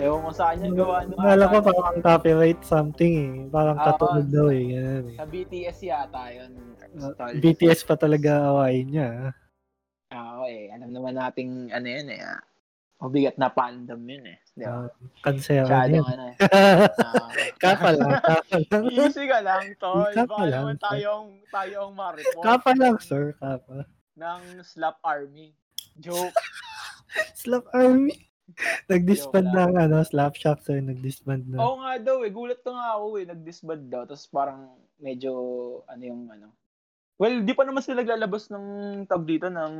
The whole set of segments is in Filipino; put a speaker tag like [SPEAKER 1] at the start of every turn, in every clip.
[SPEAKER 1] Ewan ko sa kanya gawa nung
[SPEAKER 2] Alam ko
[SPEAKER 1] ata-
[SPEAKER 2] parang copyright something eh. Parang
[SPEAKER 1] Ah,
[SPEAKER 2] tatulog
[SPEAKER 1] oo.
[SPEAKER 2] daw eh. Ganun eh.
[SPEAKER 1] Sa BTS yata yun. Tol.
[SPEAKER 2] BTS pa talaga awain niya. ah.
[SPEAKER 1] Ah, Oo eh. Alam naman nating ano yun eh. ah. Mabigat na fandom yun eh. Di ba?
[SPEAKER 2] Ah, Kanselan
[SPEAKER 1] Masyadong
[SPEAKER 2] niya.
[SPEAKER 1] ano eh. Ah.
[SPEAKER 2] Kapa lang, kapa lang.
[SPEAKER 1] Easy ka lang, tol.
[SPEAKER 2] Kapa
[SPEAKER 1] Baka
[SPEAKER 2] lang,
[SPEAKER 1] naman
[SPEAKER 2] tol.
[SPEAKER 1] tayong, tayong ma-report
[SPEAKER 2] Kapa lang, sir. Kapa.
[SPEAKER 1] ng Slap Army. Joke.
[SPEAKER 2] Slap Army. Nag-disband
[SPEAKER 1] Joke
[SPEAKER 2] na
[SPEAKER 1] lang.
[SPEAKER 2] ang ano, Slap Shop, sir. Nag-disband na.
[SPEAKER 1] Oo nga daw eh. Gulat na nga ako eh. Nag-disband daw. Tapos parang medyo ano yung ano. Well, di pa naman sila naglalabas ng tag dito ng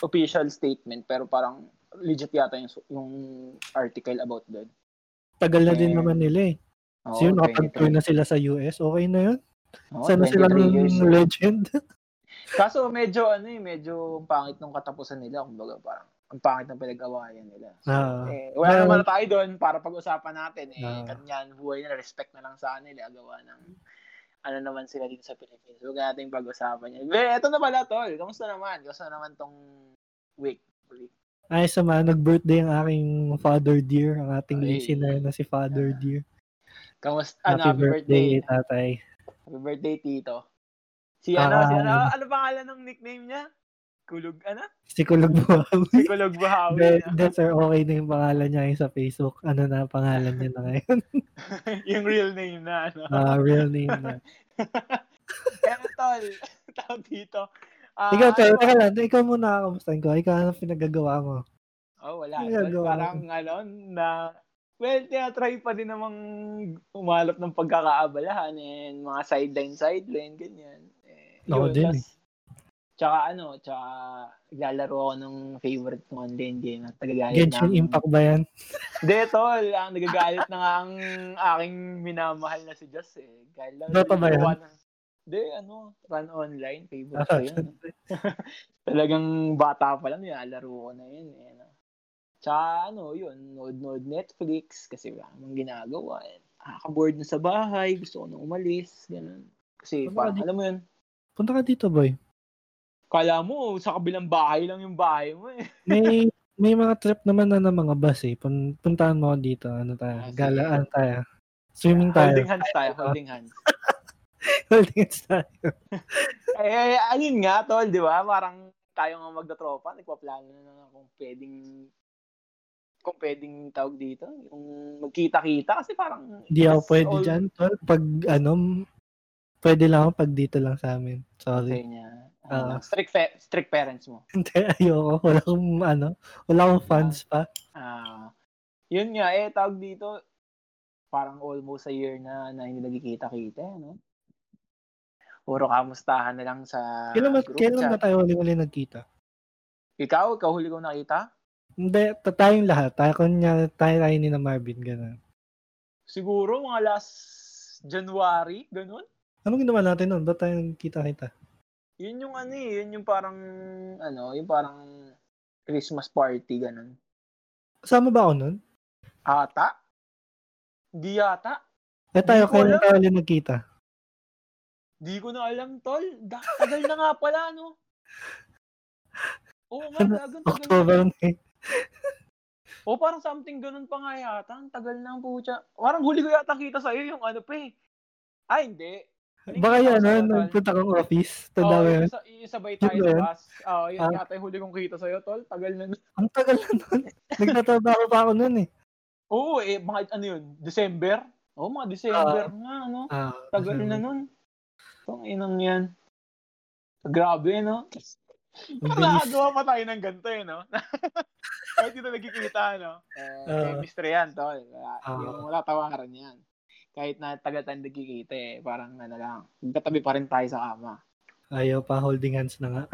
[SPEAKER 1] official statement. Pero parang legit yata yung, yung article about that.
[SPEAKER 2] Tagal na
[SPEAKER 1] eh,
[SPEAKER 2] din naman nila eh.
[SPEAKER 1] Oo,
[SPEAKER 2] So yun,
[SPEAKER 1] 23
[SPEAKER 2] nakapag-tour na sila sa US. Okay na yun.
[SPEAKER 1] Oo,
[SPEAKER 2] Sana sila
[SPEAKER 1] 23 Oh, years.
[SPEAKER 2] ng legend.
[SPEAKER 1] Kaso medyo ano eh, medyo ang pangit nung katapusan nila. Kumbaga parang ang pangit ng pinag-awayan nila.
[SPEAKER 2] Ah.
[SPEAKER 1] Eh, wala
[SPEAKER 2] Well,
[SPEAKER 1] naman tayo doon para pag-usapan natin. Eh,
[SPEAKER 2] Ah.
[SPEAKER 1] kanyan buhay na respect na lang sa nila. Gawa ng ano naman sila dito sa Philippines. Huwag natin pag-usapan yan. Be, eto na pala, tol. Kamusta naman? Kamusta naman tong week? week?
[SPEAKER 2] Ay, sa mga nag-birthday ang aking father dear, ang ating
[SPEAKER 1] Ay.
[SPEAKER 2] listener na si father dear.
[SPEAKER 1] Kamusta?
[SPEAKER 2] Happy,
[SPEAKER 1] Ano, happy birthday.
[SPEAKER 2] birthday, tatay.
[SPEAKER 1] Happy birthday, Tito. Si ano, si ano,
[SPEAKER 2] Ah.
[SPEAKER 1] ano pangalan ng nickname niya? Kulog, ano?
[SPEAKER 2] Si Kulog
[SPEAKER 1] Si
[SPEAKER 2] Buhawi.
[SPEAKER 1] Kulog Buhawi.
[SPEAKER 2] Then, then, sir, okay na yung pangalan niya ngayon sa Facebook. Ano na ang pangalan niya na ngayon?
[SPEAKER 1] yung real name na, ano.
[SPEAKER 2] Ah, real name na.
[SPEAKER 1] Pero, tol, tawag dito. Ah,
[SPEAKER 2] Ikaw, sir,
[SPEAKER 1] ano-
[SPEAKER 2] teka lang. Ikaw muna kakamustahin ko. Ikaw, ano pinagagawa mo?
[SPEAKER 1] Oh, wala.
[SPEAKER 2] Ang
[SPEAKER 1] Tapos
[SPEAKER 2] gagawa
[SPEAKER 1] parang ano, na, well, tinatry pa din namang umalap ng pagkakaabalahan and mga sideline, sideline, ganyan. Eh,
[SPEAKER 2] Ako din
[SPEAKER 1] tas- Tsaka ano, tsaka lalaro ako ng favorite kong online game na tagagalit
[SPEAKER 2] Genshin
[SPEAKER 1] ng-
[SPEAKER 2] Impact ba yan?
[SPEAKER 1] Hindi, tol. Ang nagagalit na nga ang aking minamahal na si Joss eh. Kaya lang.
[SPEAKER 2] Dota ba yan?
[SPEAKER 1] gawa ng- Hindi, ano, run online, favorite ko
[SPEAKER 2] Ah,
[SPEAKER 1] yun. eh. Talagang bata pa lang, nilalaro ko na yun. Eh, no? Tsaka ano, yun, nood-nood Netflix kasi wala namang ginagawa. Nakaka-board na sa bahay, gusto ko na umalis, ganun. Kasi
[SPEAKER 2] Ano,
[SPEAKER 1] parang,
[SPEAKER 2] di-
[SPEAKER 1] alam mo yun,
[SPEAKER 2] Punta ka dito, boy.
[SPEAKER 1] kala mo, sa kabilang bahay lang yung bahay mo eh.
[SPEAKER 2] May may mga trip naman na ng mga bus eh. Pun- Puntahan mo ako dito. Ano tayo?
[SPEAKER 1] Ah, sige.
[SPEAKER 2] Galaan tayo. Swimming tayo.
[SPEAKER 1] Holding hands tayo, holding hands.
[SPEAKER 2] Holding hands tayo.
[SPEAKER 1] Eh, ayun nga, tol, di ba? Parang tayo nga magdatropa, nagpaplano na nga kung pwedeng kung pwedeng tawag dito, yung magkita-kita kasi parang
[SPEAKER 2] Hindi ako
[SPEAKER 1] it's
[SPEAKER 2] pwede
[SPEAKER 1] all-
[SPEAKER 2] dyan. Tol. Pag ano, pwede lang ako pag dito lang sa amin. Sorry.
[SPEAKER 1] Sa niya.
[SPEAKER 2] Ah.
[SPEAKER 1] Ano, strict fa- strict parents mo.
[SPEAKER 2] Hindi, ayoko. Wala akong ano. Wala akong fans pa.
[SPEAKER 1] Ah. yun nga eh tawag dito parang almost a year na na hindi nagkikita-kita, eh, no? Puro kamustahan na lang sa
[SPEAKER 2] Kailan ba,
[SPEAKER 1] group
[SPEAKER 2] kailan ba
[SPEAKER 1] chat.
[SPEAKER 2] tayo huli-huli nagkita?
[SPEAKER 1] Ikaw, ikaw huli kong nakita?
[SPEAKER 2] Hindi, ta- tayong lahat. Tayo, kunya, tayo, tayo ni na Marvin, gano'n.
[SPEAKER 1] Siguro mga last January, ganun?
[SPEAKER 2] Anong ginawa natin nun? Ba't tayo nagkita-kita?
[SPEAKER 1] Yun yung ano eh, yun yung parang, ano, yung parang Christmas party, ganun.
[SPEAKER 2] Kasama ba ako nun?
[SPEAKER 1] Ata? Di ata?
[SPEAKER 2] Eh tayo,
[SPEAKER 1] Hindi ko
[SPEAKER 2] kailan
[SPEAKER 1] alam.
[SPEAKER 2] tayo huli nagkita?
[SPEAKER 1] Di ko na alam, tol. Da- tagal na nga pala, no? Oo nga,
[SPEAKER 2] Ano?
[SPEAKER 1] tagal, tagal.
[SPEAKER 2] October na eh.
[SPEAKER 1] O parang something ganun pa nga yata. Ang tagal na ang pucha. Parang huli ko yata kita sa'yo yung ano pa eh. Ah, hindi.
[SPEAKER 2] Baka yan, ano,
[SPEAKER 1] Tol.
[SPEAKER 2] nagpunta kang office.
[SPEAKER 1] Oo,
[SPEAKER 2] Tanda ko yun.
[SPEAKER 1] yung isa- iisabay tayo
[SPEAKER 2] Yun ba
[SPEAKER 1] sa
[SPEAKER 2] yun?
[SPEAKER 1] bus. Oo, yun
[SPEAKER 2] Ah.
[SPEAKER 1] yata yung huli kong kita sa'yo, tol. Tagal na.
[SPEAKER 2] Ang tagal na nun. Nagtatrabaho pa ako nun eh.
[SPEAKER 1] Oo, eh, mga ano yun, December? Oo, mga December nga, no?
[SPEAKER 2] Ah,
[SPEAKER 1] Tagal na nun. Itong inang yan. Grabe, no? Parang nakagawa pa tayo ng ganito, eh, no? Kahit dito nagkikita, no? Eh,
[SPEAKER 2] Ah.
[SPEAKER 1] chemistry yan, tol. Wala,
[SPEAKER 2] Ah.
[SPEAKER 1] yung wala tawaran yan. Kahit na taga tayo nagkikita, eh, parang ano lang, magkatabi pa rin tayo sa kama.
[SPEAKER 2] Ayaw pa, holding hands na nga.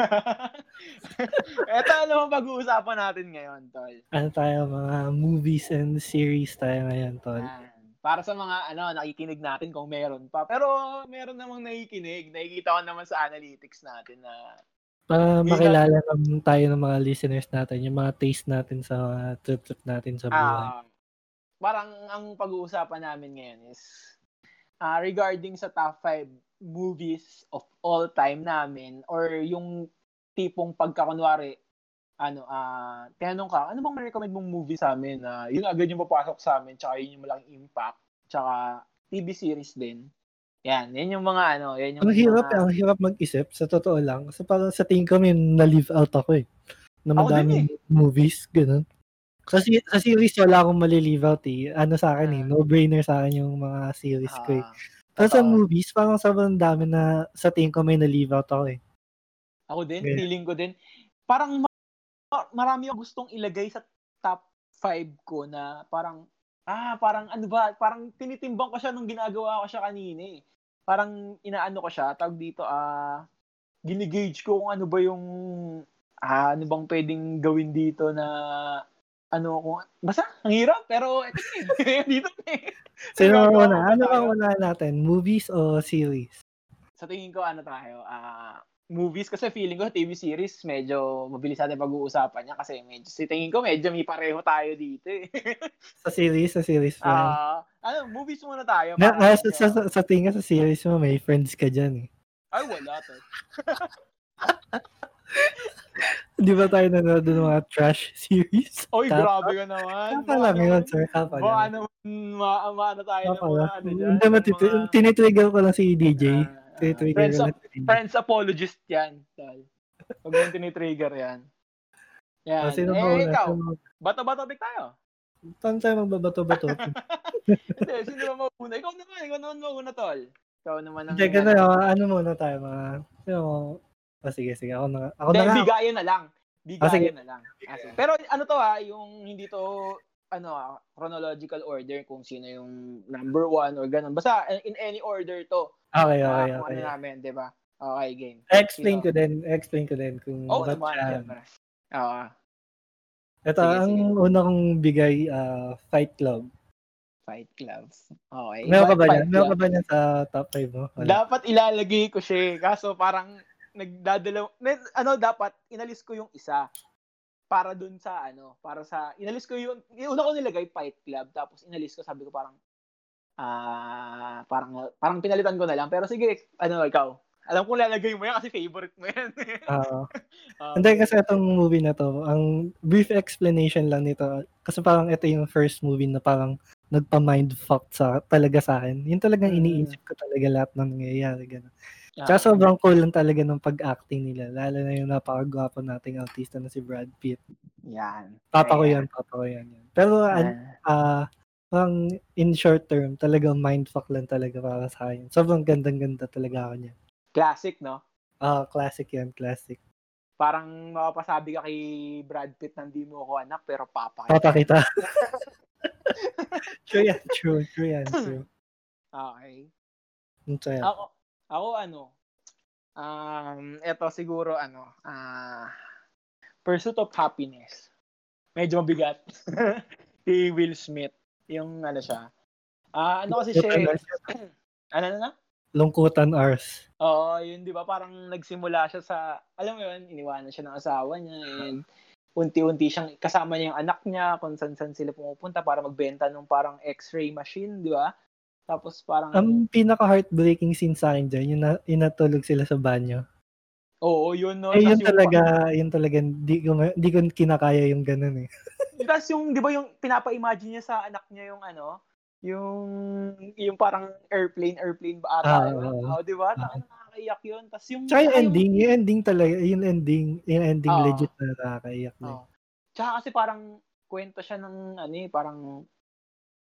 [SPEAKER 1] Eto, ano ang pag-uusapan natin ngayon, tol?
[SPEAKER 2] Ano tayo, mga movies and series tayo ngayon, tol.
[SPEAKER 1] Yan. Para sa mga ano, nakikinig natin kung meron pa. Pero meron namang nakikinig. Nakikita ko naman sa analytics natin na
[SPEAKER 2] Para
[SPEAKER 1] Yun
[SPEAKER 2] makilala naman tayo ng mga listeners natin, yung mga taste natin sa mga trip-trip natin sa buhay.
[SPEAKER 1] Ah, parang ang pag-uusapan namin ngayon is ah, regarding sa top 5 movies of all time namin or yung tipong pagkakunwari ano ah tinanong ka ano bang ma-recommend mong movie sa amin na yun agad yung papasok sa amin tsaka yun yung malaking impact tsaka TV series din yan yun yung mga ano yan yung
[SPEAKER 2] ang hirap, eh,
[SPEAKER 1] mga-
[SPEAKER 2] ang hirap mag-isip, sa totoo lang. Kasi parang sa tingin ko, may na-live out ako eh. Na
[SPEAKER 1] Ako din eh.
[SPEAKER 2] madaming movies, ganun. Kasi sa series, wala akong mali-live out eh. Ano sa akin eh,
[SPEAKER 1] Ah.
[SPEAKER 2] no-brainer sa akin yung mga series ko eh.
[SPEAKER 1] ah,
[SPEAKER 2] Pero sa
[SPEAKER 1] totoo.
[SPEAKER 2] movies, parang sobrang dami na sa tingin ko may na-leave out ako eh.
[SPEAKER 1] Ako din,
[SPEAKER 2] Yeah.
[SPEAKER 1] feeling ko din. Parang ma- marami akong gustong ilagay sa top 5 ko na parang, ah, parang ano ba, parang tinitimbang ko siya nung ginagawa ko siya kanina eh. Parang inaano ko siya, tawag dito, ah, ginigauge ko kung ano ba yung, ah, ano bang pwedeng gawin dito na, ano, kung, basta, ang hirap, pero ito eh, dito eh.
[SPEAKER 2] Sino ang
[SPEAKER 1] Ginagawa
[SPEAKER 2] una?
[SPEAKER 1] ko
[SPEAKER 2] Ano
[SPEAKER 1] tayo.
[SPEAKER 2] ang una natin? Movies o series?
[SPEAKER 1] sa tingin ko ano tayo, ah movies kasi feeling ko TV series medyo mabilis natin pag-uusapan niya kasi medyo sa tingin ko medyo may pareho tayo dito eh.
[SPEAKER 2] Sa series, sa series pa.
[SPEAKER 1] Ah, ano, movies muna tayo.
[SPEAKER 2] na,
[SPEAKER 1] para-
[SPEAKER 2] na- sa, sa, sa, sa tingin ko, sa series mo, may friends ka dyan eh.
[SPEAKER 1] Ay, wala to.
[SPEAKER 2] Di ba tayo nanonood ng mga trash series?
[SPEAKER 1] Oy,
[SPEAKER 2] Tap-
[SPEAKER 1] grabe ka naman.
[SPEAKER 2] Kapa lang yun, sir.
[SPEAKER 1] Baka
[SPEAKER 2] Kapa lang.
[SPEAKER 1] naman, ma- maano tayo ng
[SPEAKER 2] Kapa
[SPEAKER 1] mga
[SPEAKER 2] lang.
[SPEAKER 1] ano dyan.
[SPEAKER 2] Hindi mo
[SPEAKER 1] ng
[SPEAKER 2] titi-
[SPEAKER 1] mga-
[SPEAKER 2] tinitrigger ko lang si DJ.
[SPEAKER 1] Ah, ah,
[SPEAKER 2] Tinitrigger
[SPEAKER 1] friends,
[SPEAKER 2] ko
[SPEAKER 1] of,
[SPEAKER 2] lang si DJ.
[SPEAKER 1] friends apologist yan. Tol. Huwag mong tinitrigger yan. Yan.
[SPEAKER 2] Ah, Sino
[SPEAKER 1] eh,
[SPEAKER 2] mo una?
[SPEAKER 1] ikaw,
[SPEAKER 2] Sino mo-
[SPEAKER 1] bato-bato pick tayo.
[SPEAKER 2] Paano tayo magbabato-bato?
[SPEAKER 1] Hindi, sino ba mauna? Ikaw naman, ikaw naman mauna, tol. Ikaw naman ang...
[SPEAKER 2] Teka na, ano muna tayo mga... Sino mo? Ah, sige, sige. Ako na, ako
[SPEAKER 1] Hindi,
[SPEAKER 2] na nga.
[SPEAKER 1] bigayan na lang.
[SPEAKER 2] Ah, sige.
[SPEAKER 1] Bigayan na lang. Ah, sige. Pero ano to ha, yung hindi to ano ah, chronological order kung sino yung number one or ganun. Basta eh, in any order to.
[SPEAKER 2] Okay,
[SPEAKER 1] Ah,
[SPEAKER 2] okay,
[SPEAKER 1] kung
[SPEAKER 2] okay.
[SPEAKER 1] ano namin, di ba? Okay, game.
[SPEAKER 2] Explain ko
[SPEAKER 1] Sino?
[SPEAKER 2] din, explain ko din kung
[SPEAKER 1] Oo oh,
[SPEAKER 2] bakit
[SPEAKER 1] naman,
[SPEAKER 2] siya-
[SPEAKER 1] syempre. Oo.
[SPEAKER 2] Ito,
[SPEAKER 1] Sige,
[SPEAKER 2] ang una kong bigay, ah, Fight Club.
[SPEAKER 1] Fight Club. Okay.
[SPEAKER 2] Meron ka ba
[SPEAKER 1] Fight
[SPEAKER 2] niyan? Meron ka
[SPEAKER 1] Club.
[SPEAKER 2] ba niyan sa top 5 mo? Wala.
[SPEAKER 1] Dapat ilalagay ko siya eh. Kaso parang nagdadalaw... na- Ano, dapat inalis ko yung isa para dun sa ano, para sa... Inalis ko yung... Yung una ko nilagay, Fight Club. Tapos inalis ko, sabi ko parang... Ah, parang parang pinalitan ko na lang. Pero sige, ano, ikaw. Alam kong lalagay mo yan kasi favorite mo yan.
[SPEAKER 2] Ah,
[SPEAKER 1] Ah,
[SPEAKER 2] Hindi kasi itong movie na to, ang brief explanation lang nito, kasi parang ito yung first movie na parang nagpa-mindfuck sa, talaga sa akin. Yun talagang
[SPEAKER 1] Mm.
[SPEAKER 2] iniisip ko talaga lahat ng nangyayari. Ganun.
[SPEAKER 1] ah,
[SPEAKER 2] Tsaka sobrang cool lang talaga ng pag-acting nila, lalo na yung napakagwapo nating artista na si Brad Pitt.
[SPEAKER 1] Yan.
[SPEAKER 2] Papa ko
[SPEAKER 1] Ayan.
[SPEAKER 2] yan, papa ko yan. yan. Pero an-
[SPEAKER 1] Ah,
[SPEAKER 2] ah parang in short term, talagang mindfuck lang talaga para sa akin. Sobrang gandang-ganda talaga ako niya.
[SPEAKER 1] classic, no?
[SPEAKER 2] Ah, classic yan, classic.
[SPEAKER 1] Parang mapapasabi ka kay Brad Pitt na hindi mo ako anak, pero papa. kita.
[SPEAKER 2] Papakita. true yan, true, true yan, true.
[SPEAKER 1] Okay.
[SPEAKER 2] Ito yan.
[SPEAKER 1] Ako, ako ano, um, eto siguro ano, ah, Pursuit of Happiness. Medyo mabigat. si Will Smith. Yung ano siya. Ah, ano kasi siya, eh, ano na na?
[SPEAKER 2] Lungkutan Ars.
[SPEAKER 1] Oo, yun di ba? Parang nagsimula siya sa, alam mo yun, iniwanan siya ng asawa niya and unti-unti siyang kasama niya yung anak niya kung saan-saan sila pumupunta para magbenta ng parang x-ray machine, di ba? Tapos parang, ano,
[SPEAKER 2] Ang pinaka-heartbreaking scene sa akin dyan, yung, na, yung natulog sila sa banyo.
[SPEAKER 1] oo, yun no.
[SPEAKER 2] eh,
[SPEAKER 1] Oh, Tapos
[SPEAKER 2] yun
[SPEAKER 1] yung-
[SPEAKER 2] talaga, yun talaga, di ko, ma- di ko kinakaya yung ganun eh.
[SPEAKER 1] Tapos yung, di ba yung pinapa-imagine niya sa anak niya yung ano, yung yung parang airplane, airplane ba
[SPEAKER 2] Ah,
[SPEAKER 1] ata yun?
[SPEAKER 2] oo.
[SPEAKER 1] Oo, di ba?
[SPEAKER 2] Ah.
[SPEAKER 1] Taka, nakakaiyak yun. Tapos yung... Ah.
[SPEAKER 2] Tsaka yung
[SPEAKER 1] tsaka
[SPEAKER 2] ending, yung ending talaga, yung ending, yung ending
[SPEAKER 1] Oo.
[SPEAKER 2] legit na nakakaiyak na.
[SPEAKER 1] Oo. Oh. Tsaka kasi parang kwento siya ng ano eh, parang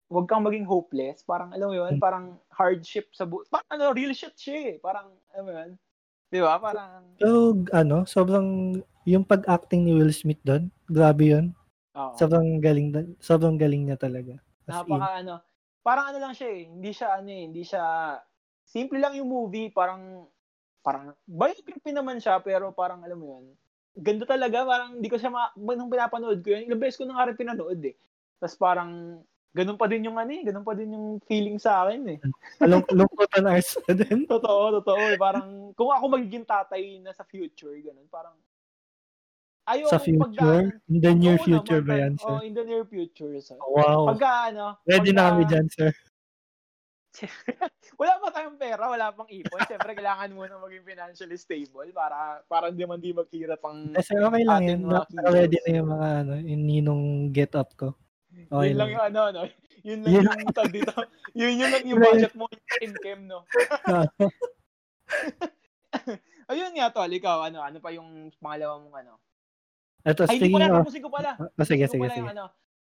[SPEAKER 1] wag kang maging hopeless. Parang alam mo yun,
[SPEAKER 2] Hmm.
[SPEAKER 1] parang hardship sa buhay. Parang ano, real shit siya eh. Parang, alam mo yun. Di ba? Parang,
[SPEAKER 2] Pero ano, sobrang yung pag-acting ni Will Smith doon, grabe 'yun.
[SPEAKER 1] oo.
[SPEAKER 2] Sobrang galing dun- sobrang galing niya talaga. As in,
[SPEAKER 1] Napaka ano. Parang ano lang siya eh. Hindi siya ano eh. Hindi siya... Simple lang yung movie. Parang... Parang... Biography naman siya. Pero parang alam mo yun. Ganda talaga. Parang hindi ko siya ma... Nung pinapanood ko yun. Ilang beses ko na nga rin pinanood eh. Tapos parang... Ganun pa din yung ano eh, ganun pa din yung feeling sa akin eh.
[SPEAKER 2] Mm. Along, lungkotan hours na din.
[SPEAKER 1] Totoo, totoo eh. Parang kung ako magiging tatay na sa future, ganun, parang ayaw
[SPEAKER 2] Sa
[SPEAKER 1] akong pagdaan-
[SPEAKER 2] future, in the near
[SPEAKER 1] Oo naman, oh,
[SPEAKER 2] future ba yan,
[SPEAKER 1] pag-
[SPEAKER 2] sir?
[SPEAKER 1] Oo, in the near future, sir.
[SPEAKER 2] Wow.
[SPEAKER 1] Pagka ano,
[SPEAKER 2] Ready na
[SPEAKER 1] pagka-
[SPEAKER 2] kami dyan, sir.
[SPEAKER 1] wala pa tayong pera, wala pang ipon. Siyempre, kailangan muna maging financially stable para para hindi man di magkira pang...
[SPEAKER 2] Eh, sir, okay lang
[SPEAKER 1] Ating
[SPEAKER 2] yun.
[SPEAKER 1] mga
[SPEAKER 2] Naka-ready
[SPEAKER 1] kilos.
[SPEAKER 2] na yung mga ano, yung ninong get up ko. Okay
[SPEAKER 1] yun lang
[SPEAKER 2] lang.
[SPEAKER 1] yung ano, no? Yun lang
[SPEAKER 2] Yun
[SPEAKER 1] yung tag dito. Yun yun lang yung
[SPEAKER 2] Yun lang
[SPEAKER 1] budget mo in chem, no? Ayun nga, Tol, ikaw, ano, ano pa yung pangalawa mong ano?
[SPEAKER 2] Ito,
[SPEAKER 1] Ay, hindi
[SPEAKER 2] speaking
[SPEAKER 1] pala,
[SPEAKER 2] of...
[SPEAKER 1] tapusin ko pala.
[SPEAKER 2] Ah,
[SPEAKER 1] Tapusin ko
[SPEAKER 2] sige, sige,
[SPEAKER 1] pala
[SPEAKER 2] sige.
[SPEAKER 1] yung ano,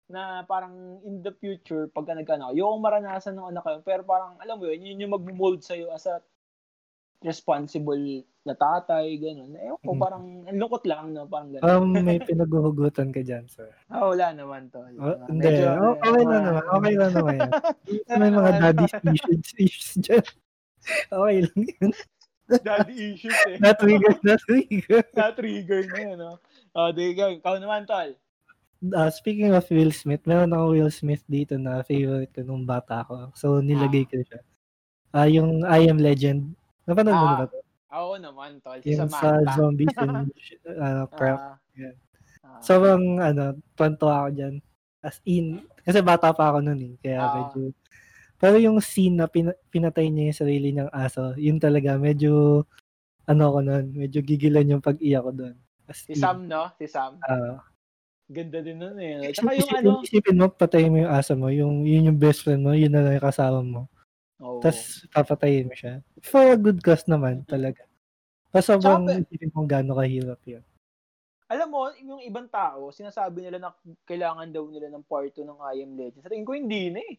[SPEAKER 1] na parang in the future, pagka nag-ano, yung maranasan ng anak ko, pero parang, alam mo yun, yun yung mag-mold sa'yo as a responsible na tatay, ganun. Eh, ako,
[SPEAKER 2] Mm.
[SPEAKER 1] parang, ang lungkot lang, no? Parang ganun.
[SPEAKER 2] Um, may pinaguhugutan ka dyan, sir.
[SPEAKER 1] Ah, wala naman, Tol.
[SPEAKER 2] Oh,
[SPEAKER 1] Ah, Medyo,
[SPEAKER 2] hindi. Oh,
[SPEAKER 1] eh,
[SPEAKER 2] okay lang
[SPEAKER 1] mga-
[SPEAKER 2] naman. Okay lang naman yan.
[SPEAKER 1] Ano
[SPEAKER 2] may mga
[SPEAKER 1] naman?
[SPEAKER 2] daddy issues, issues dyan. Okay lang yun.
[SPEAKER 1] Daddy issues, eh.
[SPEAKER 2] Na-trigger, na-trigger.
[SPEAKER 1] Na-trigger na yun, no? Oh, there you go. Ikaw naman, Tol.
[SPEAKER 2] Ah, speaking of Will Smith, meron ako Will Smith dito na favorite ko nung bata ko. So, nilagay ko siya. Ah, yung I Am Legend. Napanood mo na
[SPEAKER 1] Ah,
[SPEAKER 2] ba? to?
[SPEAKER 1] Ako naman, Tol. Si
[SPEAKER 2] Yung sa
[SPEAKER 1] Samantha.
[SPEAKER 2] zombies and sh- ano, crap.
[SPEAKER 1] Ah,
[SPEAKER 2] Yan.
[SPEAKER 1] ah,
[SPEAKER 2] Sobrang, ano, tuwan-tuwa ako dyan. As in, kasi bata pa ako noon eh. Kaya
[SPEAKER 1] Ah.
[SPEAKER 2] medyo, pero yung scene na pina- pinatay niya yung sarili niyang aso, yun talaga, medyo, ano ko noon, medyo gigilan yung pag-iyak ko doon. As
[SPEAKER 1] si
[SPEAKER 2] in,
[SPEAKER 1] Sam, no? Si Sam.
[SPEAKER 2] ah,
[SPEAKER 1] Ganda din nun, eh. Tsaka
[SPEAKER 2] Isipin,
[SPEAKER 1] yung ano...
[SPEAKER 2] isipin mo, patayin mo yung asa mo, yung, yun yung best friend mo, yun na lang yung kasama mo.
[SPEAKER 1] Oh.
[SPEAKER 2] Tapos, papatayin mo siya. For a good cause naman, talaga. Tapos, sobrang
[SPEAKER 1] Tsaka-
[SPEAKER 2] isipin mo gano'ng kahirap yun.
[SPEAKER 1] alam mo, yung ibang tao, sinasabi nila na kailangan daw nila ng part 2 ng I Am Legend. Sa tingin ko, hindi na eh.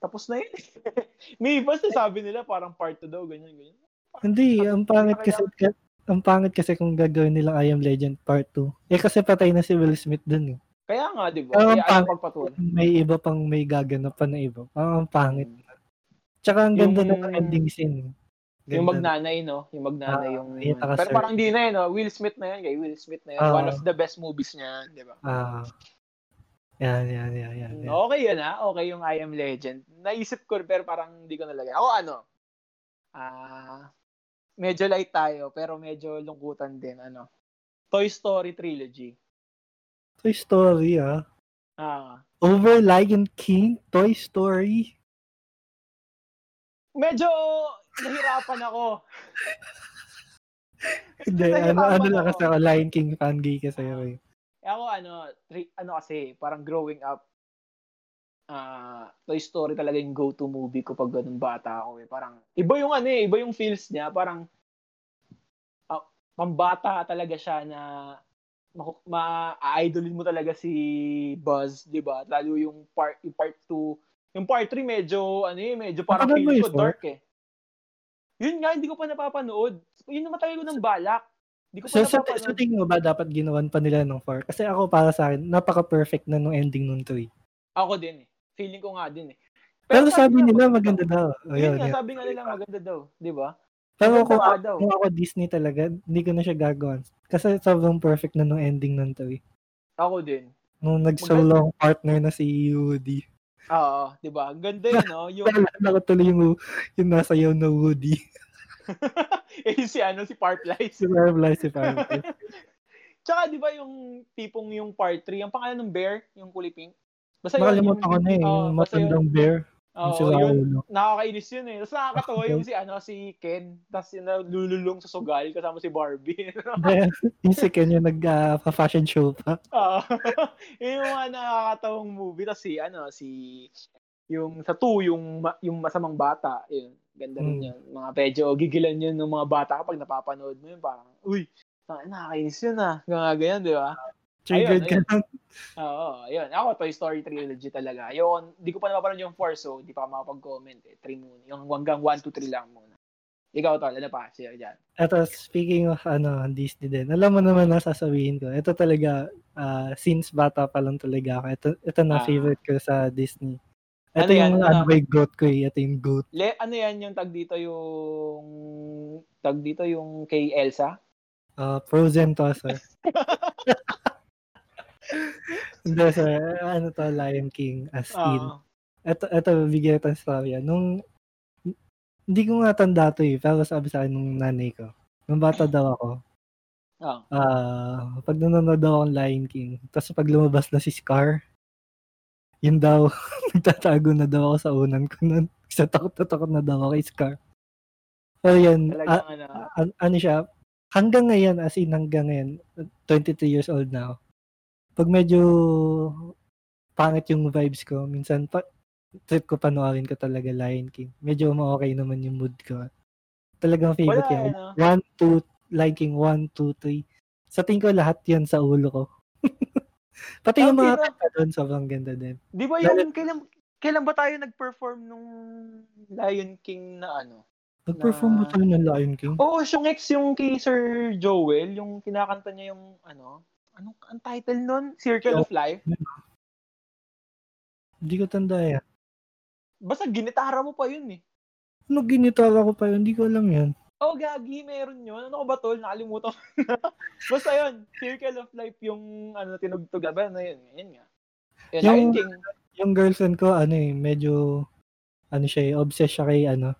[SPEAKER 1] Tapos na yun. eh. May iba sinasabi nila parang part 2 daw, ganyan, ganyan.
[SPEAKER 2] Hindi, ang pangit
[SPEAKER 1] Kaya-
[SPEAKER 2] kasi, ang pangit kasi kung gagawin nilang I Am Legend Part 2. Eh, kasi patay na si Will Smith dun eh.
[SPEAKER 1] Kaya nga, di ba?
[SPEAKER 2] Parang
[SPEAKER 1] Kaya ayaw
[SPEAKER 2] pang-
[SPEAKER 1] magpatuloy.
[SPEAKER 2] May iba pang may gaganap pa na iba. Parang ang pangit. Tsaka ang ganda
[SPEAKER 1] Yung-
[SPEAKER 2] ng ending scene. eh. Ganda.
[SPEAKER 1] Yung magnanay, no? Yung magnanay,
[SPEAKER 2] Ah,
[SPEAKER 1] yung...
[SPEAKER 2] yun, taka,
[SPEAKER 1] Pero
[SPEAKER 2] sir.
[SPEAKER 1] parang hindi na yun, no? Will Smith na yun, kay Will Smith na yun.
[SPEAKER 2] Ah.
[SPEAKER 1] One of the best movies niya, di ba?
[SPEAKER 2] Ah. Yan, yan, yan, yan. yan.
[SPEAKER 1] Okay yun, ha? Okay yung I Am Legend. Naisip ko, pero parang hindi ko nalagay. Ako, ano? Ah... medyo light tayo, pero medyo lungkutan din, ano? Toy Story Trilogy.
[SPEAKER 2] Toy Story ah.
[SPEAKER 1] Ah...
[SPEAKER 2] Over Lion King, Toy Story.
[SPEAKER 1] medyo nahirapan ako.
[SPEAKER 2] Hindi,
[SPEAKER 1] Nahirapan
[SPEAKER 2] ano, ano lang
[SPEAKER 1] ako.
[SPEAKER 2] kasi ako, Lion King fan gay kasi ako. eh.
[SPEAKER 1] Eh, Ako ano, tri- ano kasi, parang growing up, ah Toy Story talaga yung go-to movie ko pag ganun bata ako eh. Parang, iba yung ano eh, iba yung feels niya. Parang, ah, pambata talaga siya na maku- ma-idolin mo talaga si Buzz, di ba? Lalo yung part, yung part 2. Yung part 3 medyo, ano eh, medyo parang
[SPEAKER 2] Napanood mo
[SPEAKER 1] feeling
[SPEAKER 2] yung
[SPEAKER 1] ko dark eh. Yun nga, hindi ko pa napapanood. Yun yung matagal ko ng balak. Hindi ko pa
[SPEAKER 2] So, sa,
[SPEAKER 1] napapanood.
[SPEAKER 2] sa tingin mo ba dapat ginawan pa nila ng 4? Kasi ako para sa akin, napaka-perfect na nung ending nung 3.
[SPEAKER 1] Ako din eh. Feeling ko nga din eh.
[SPEAKER 2] Pero, sabi nila
[SPEAKER 1] maganda
[SPEAKER 2] maganda daw.
[SPEAKER 1] daw.
[SPEAKER 2] Oh,
[SPEAKER 1] Yun
[SPEAKER 2] yun,
[SPEAKER 1] nga,
[SPEAKER 2] yun.
[SPEAKER 1] sabi nga nila maganda daw. Di ba?
[SPEAKER 2] Pero
[SPEAKER 1] maganda
[SPEAKER 2] kung,
[SPEAKER 1] nga
[SPEAKER 2] ako-
[SPEAKER 1] daw.
[SPEAKER 2] kung ako Disney talaga, hindi ko na siya gagawin. Kasi sobrang perfect na nung ending nung 3.
[SPEAKER 1] Ako din.
[SPEAKER 2] Nung
[SPEAKER 1] Maganda.
[SPEAKER 2] nag-solo ang partner na si Woody.
[SPEAKER 1] Oo, di ba? Ang ganda yun, no? Yung,
[SPEAKER 2] Naalala ko tuloy yung, yung nasayaw na Woody.
[SPEAKER 1] eh, si ano, si Park Lies.
[SPEAKER 2] si Firefly, si Firefly.
[SPEAKER 1] Tsaka, di ba yung tipong yung part 3, yung pangalan ng bear, yung kulay pink? Basta yun,
[SPEAKER 2] Nakalimutan
[SPEAKER 1] yung-
[SPEAKER 2] ko na eh,
[SPEAKER 1] oo,
[SPEAKER 2] yung
[SPEAKER 1] basta yun.
[SPEAKER 2] matandang bear.
[SPEAKER 1] Oo,
[SPEAKER 2] yung si
[SPEAKER 1] yun.
[SPEAKER 2] Raulo.
[SPEAKER 1] Nakakainis yun eh. Tapos nakakatawa
[SPEAKER 2] Okay.
[SPEAKER 1] yung si, ano, si Ken. Tapos yung nalululong sa sugal kasama si Barbie.
[SPEAKER 2] Hindi, yung si Ken yung nag-fashion show pa.
[SPEAKER 1] Oo. yung mga nakakatawang movie. Tapos si, ano, si, yung sa two, yung, ma- yung masamang bata. Yun. Ganda rin
[SPEAKER 2] Mm.
[SPEAKER 1] yun. Mga medyo gigilan yun ng mga bata kapag napapanood mo yun. Parang, uy, na- nakakainis yun ah. Ganyan, ganyan, di ba?
[SPEAKER 2] Triggered ka
[SPEAKER 1] ayun.
[SPEAKER 2] lang.
[SPEAKER 1] Oo, yun. Ako, Toy Story Trilogy talaga. Yun, di ko pa napapanood yung 4, so di pa ako makapag-comment eh. 3 muna. Yung hanggang 1, 2, 3 lang muna. Ikaw, Tol, ano pa? Siya dyan.
[SPEAKER 2] At uh, speaking of ano, Disney din, alam mo naman na sasabihin ko, ito talaga, ah, since bata pa lang talaga ako, ito, ito na
[SPEAKER 1] Ah.
[SPEAKER 2] favorite ko sa Disney. Ito
[SPEAKER 1] Ano yan?
[SPEAKER 2] yung
[SPEAKER 1] Ano?
[SPEAKER 2] ano, by goat ko eh, ito yung goat.
[SPEAKER 1] Le, ano yan yung tag dito yung tag dito yung kay Elsa?
[SPEAKER 2] Ah, frozen to, sir. Hindi, sir. Ano to, Lion King as in.
[SPEAKER 1] Ah,
[SPEAKER 2] Ito, ito, bigyan natin storya. Nung, hindi ko nga tanda to eh, pero sabi sa akin nung nanay ko. Nung bata daw ako,
[SPEAKER 1] ah.
[SPEAKER 2] ah pag nanonood daw ng Lion King, tapos pag lumabas na si Scar, yun daw, nagtatago na daw ako sa unan ko nun. Sa takot na takot na daw ako kay Scar. Pero yun, ah,
[SPEAKER 1] Talagang ano.
[SPEAKER 2] Ah, an- ano siya, hanggang ngayon, as in hanggang ngayon, 23 years old na ako. Pag medyo pangit yung vibes ko, minsan pa, trip ko panoorin ko talaga Lion King. Medyo ma-okay naman yung mood ko. Talagang favorite
[SPEAKER 1] Wala,
[SPEAKER 2] ko yan.
[SPEAKER 1] ano.
[SPEAKER 2] One, two, Lion King, one, two, three. Sa tingin ko lahat yan sa ulo ko. Pati yung
[SPEAKER 1] Tama,
[SPEAKER 2] mga
[SPEAKER 1] no?
[SPEAKER 2] kanta doon, sobrang ganda din.
[SPEAKER 1] Di ba yun, kailan, kailan ba tayo nag-perform nung Lion King na ano?
[SPEAKER 2] Nag-perform mo
[SPEAKER 1] Na-
[SPEAKER 2] tayo ng Lion King?
[SPEAKER 1] Oo, yung ex yung kay Sir Joel, yung kinakanta niya yung ano, anong ang title nun? Circle of Life.
[SPEAKER 2] Hindi ko tanda yan.
[SPEAKER 1] Basta ginitara mo pa yun eh.
[SPEAKER 2] Ano ginitara ko pa yun? Hindi ko alam yan.
[SPEAKER 1] Oh, gagi, meron yun. Ano ko ba, tol? Nakalimutan ko na. Basta yun, Circle of Life yung ano, tinugtog. Aba, ano yun? Yun nga. Yun, Lion
[SPEAKER 2] Yung-
[SPEAKER 1] King.
[SPEAKER 2] yung girlfriend ko, ano eh, medyo, ano siya eh, obsessed siya kay, ano,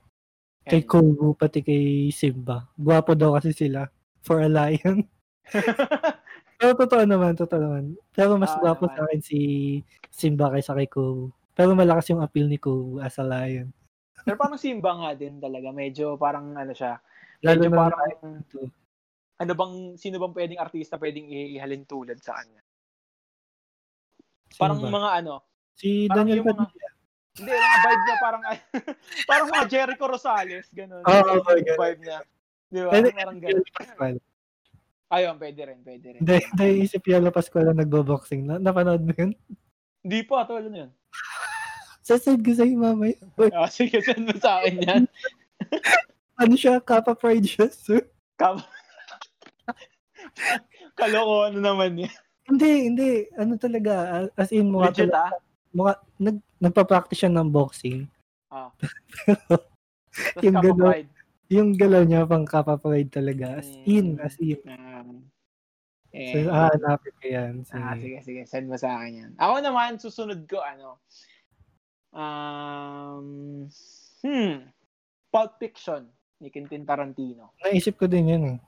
[SPEAKER 2] kay
[SPEAKER 1] Yan.
[SPEAKER 2] Kogu, pati kay Simba. Gwapo daw kasi sila for a lion. Pero totoo naman, totoo naman. Pero mas
[SPEAKER 1] Oo
[SPEAKER 2] gwapo
[SPEAKER 1] naman.
[SPEAKER 2] sa akin si Simba kaysa kay Kogu. Pero malakas yung appeal ni Kogu as a lion.
[SPEAKER 1] Pero parang Simba nga din talaga. Medyo parang ano siya.
[SPEAKER 2] Lalo
[SPEAKER 1] Medyo
[SPEAKER 2] na
[SPEAKER 1] parang,
[SPEAKER 2] to.
[SPEAKER 1] ano bang, sino bang pwedeng artista pwedeng ihalin tulad sa kanya?
[SPEAKER 2] Simba.
[SPEAKER 1] Parang mga ano,
[SPEAKER 2] si
[SPEAKER 1] parang
[SPEAKER 2] Daniel
[SPEAKER 1] yung mga-
[SPEAKER 2] Padilla.
[SPEAKER 1] Hindi, yung vibe niya parang parang mga Jericho Rosales, ganun.
[SPEAKER 2] Oo,
[SPEAKER 1] Yung
[SPEAKER 2] oh my God.
[SPEAKER 1] vibe niya. Di ba?
[SPEAKER 2] Pwede-
[SPEAKER 1] parang ganun.
[SPEAKER 2] Yolo Pascual.
[SPEAKER 1] Ayun, pwede rin, pwede rin.
[SPEAKER 2] Dahil dahil isip Yolo Pascual na nagbo-boxing. Na, napanood mo yun?
[SPEAKER 1] Hindi pa, tol, ano yun?
[SPEAKER 2] Sasad ko sa'yo mamaya.
[SPEAKER 1] Ah, sige, send mo sa akin yan.
[SPEAKER 2] Ano siya? Kappa Pride siya. sir.
[SPEAKER 1] Kam- Kaloko, ano naman yun.
[SPEAKER 2] Hindi, hindi. Ano talaga, as in, mukha
[SPEAKER 1] Legit,
[SPEAKER 2] talaga-
[SPEAKER 1] ah.
[SPEAKER 2] mukha, nag, nagpa-practice siya ng boxing.
[SPEAKER 1] Ah. Tapos
[SPEAKER 2] Yung ganun.
[SPEAKER 1] kapapayad.
[SPEAKER 2] Yung galaw niya pang kapapride talaga. As in,
[SPEAKER 1] Mm.
[SPEAKER 2] as in.
[SPEAKER 1] Um,
[SPEAKER 2] So,
[SPEAKER 1] eh,
[SPEAKER 2] hahanapin ko yan. Si,
[SPEAKER 1] Ah, sige, sige. Send mo sa akin yan. Ako naman, susunod ko, ano, um, hmm, Pulp Fiction ni Quentin Tarantino.
[SPEAKER 2] Naisip ko din yun eh.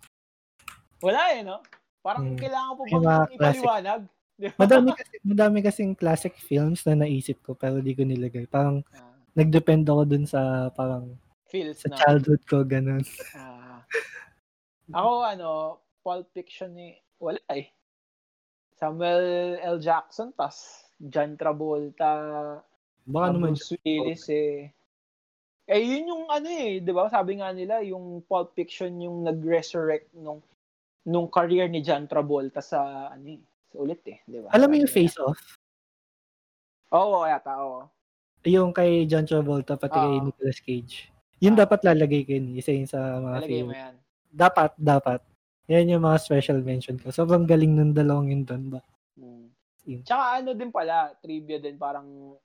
[SPEAKER 1] Wala eh, no? Parang
[SPEAKER 2] Hmm.
[SPEAKER 1] kailangan po
[SPEAKER 2] Yung mga
[SPEAKER 1] bang ipaliwanag? Di ba?
[SPEAKER 2] Madami, kasi, madami kasing classic films na naisip ko pero di ko nilagay. Parang
[SPEAKER 1] Ah,
[SPEAKER 2] nag-depend ako dun sa parang
[SPEAKER 1] feels
[SPEAKER 2] sa
[SPEAKER 1] na.
[SPEAKER 2] childhood ko, ganun.
[SPEAKER 1] Ah. ako, ano, Pulp Fiction ni, wala eh. Samuel L. Jackson, tas John Travolta,
[SPEAKER 2] Baka
[SPEAKER 1] Ah,
[SPEAKER 2] naman
[SPEAKER 1] Bruce Willis eh. Eh, yun yung ano eh, di ba? Sabi nga nila, yung Pulp Fiction yung nag-resurrect nung, nung career ni John Travolta sa, ano eh, sa ulit eh, di ba?
[SPEAKER 2] Alam mo yung
[SPEAKER 1] Sabi nila.
[SPEAKER 2] face-off?
[SPEAKER 1] Oo, yata, oo.
[SPEAKER 2] Yung kay John Travolta pati kay
[SPEAKER 1] Oo.
[SPEAKER 2] Nicolas Cage.
[SPEAKER 1] Ah.
[SPEAKER 2] Yun dapat lalagay ko yun. Isa yun sa mga
[SPEAKER 1] Talagay
[SPEAKER 2] favorite.
[SPEAKER 1] mo yan.
[SPEAKER 2] dapat, dapat. Yan yung mga special mention ko. Sobrang galing ng dalawang yun doon ba?
[SPEAKER 1] Mm.
[SPEAKER 2] Yun.
[SPEAKER 1] Tsaka ano din pala, trivia din, parang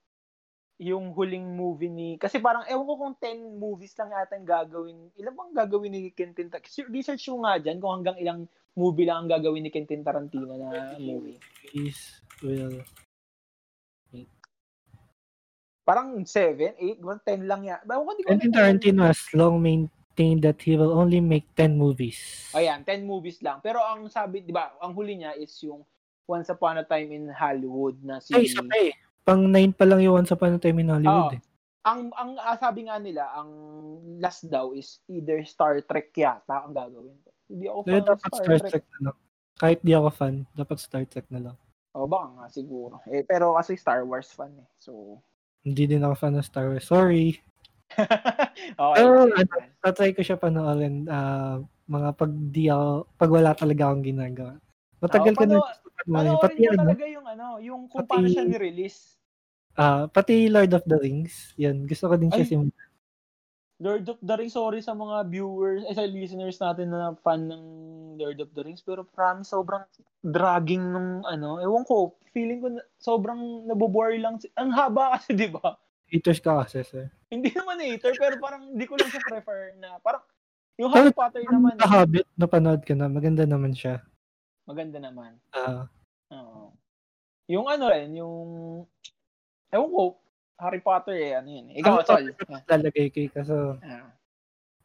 [SPEAKER 1] yung huling movie ni, kasi parang, ewan ko kung 10 movies lang yata ang gagawin, ilan bang gagawin ni Quentin Tarantino? Research mo nga dyan kung hanggang ilang movie lang ang gagawin ni Quentin Tarantino na movie.
[SPEAKER 2] Please, will.
[SPEAKER 1] Parang 7, 8, 10 lang yan. Ewan ko, hindi ko
[SPEAKER 2] Quentin
[SPEAKER 1] alam.
[SPEAKER 2] Tarantino has long maintained that he will only make 10 movies.
[SPEAKER 1] Ayan, 10 movies lang. Pero ang sabi, di ba, ang huli niya is yung Once Upon a Time in Hollywood na si...
[SPEAKER 2] Ay, isa pa eh. Pang 9 pa lang yung Once Upon a Time in
[SPEAKER 1] Oo.
[SPEAKER 2] Hollywood. eh.
[SPEAKER 1] ang, ang ah, sabi nga nila, ang last daw is either Star Trek yata ang gagawin. Hindi ako
[SPEAKER 2] Kaya
[SPEAKER 1] fan ng
[SPEAKER 2] dapat Star Trek na lang. Kahit di ako fan, dapat Star Trek na lang.
[SPEAKER 1] O, Oh, baka nga siguro. Eh, pero kasi Star Wars fan eh. So,
[SPEAKER 2] Hindi din ako fan ng Star Wars. Sorry.
[SPEAKER 1] okay.
[SPEAKER 2] Oh,
[SPEAKER 1] okay.
[SPEAKER 2] ano? Tatry ko siya panoorin ah, mga pag di ako, pag wala talaga akong ginagawa. Matagal
[SPEAKER 1] Oo,
[SPEAKER 2] ko na
[SPEAKER 1] pano-
[SPEAKER 2] gusto
[SPEAKER 1] Ano,
[SPEAKER 2] Ah, panoorin. Pati
[SPEAKER 1] orin mo
[SPEAKER 2] ano,
[SPEAKER 1] talaga yung ano, yung kung paano
[SPEAKER 2] Pati-
[SPEAKER 1] siya ni-release.
[SPEAKER 2] Ah, pati Lord of the Rings, 'yan. Gusto ko din siya
[SPEAKER 1] Ay.
[SPEAKER 2] simulan.
[SPEAKER 1] Lord of the Rings, sorry sa mga viewers, eh, sa listeners natin na fan ng Lord of the Rings, pero pram, sobrang dragging nung ano, ewan ko, feeling ko na, sobrang nabobore lang. si- Ang haba kasi, di ba?
[SPEAKER 2] Haters ka kasi, sir.
[SPEAKER 1] Hindi naman hater, pero parang hindi ko lang siya prefer na, parang, yung Harry Potter naman, eh.
[SPEAKER 2] The Hobbit, napanood ko na. Maganda naman siya.
[SPEAKER 1] maganda naman.
[SPEAKER 2] Ah,
[SPEAKER 1] Oo. Yung ano rin, yung... Ewan ko, Harry Potter eh, ano yun. Ikaw,
[SPEAKER 2] Ang-
[SPEAKER 1] Sol.
[SPEAKER 2] Lalagay kay kaso,
[SPEAKER 1] Ah.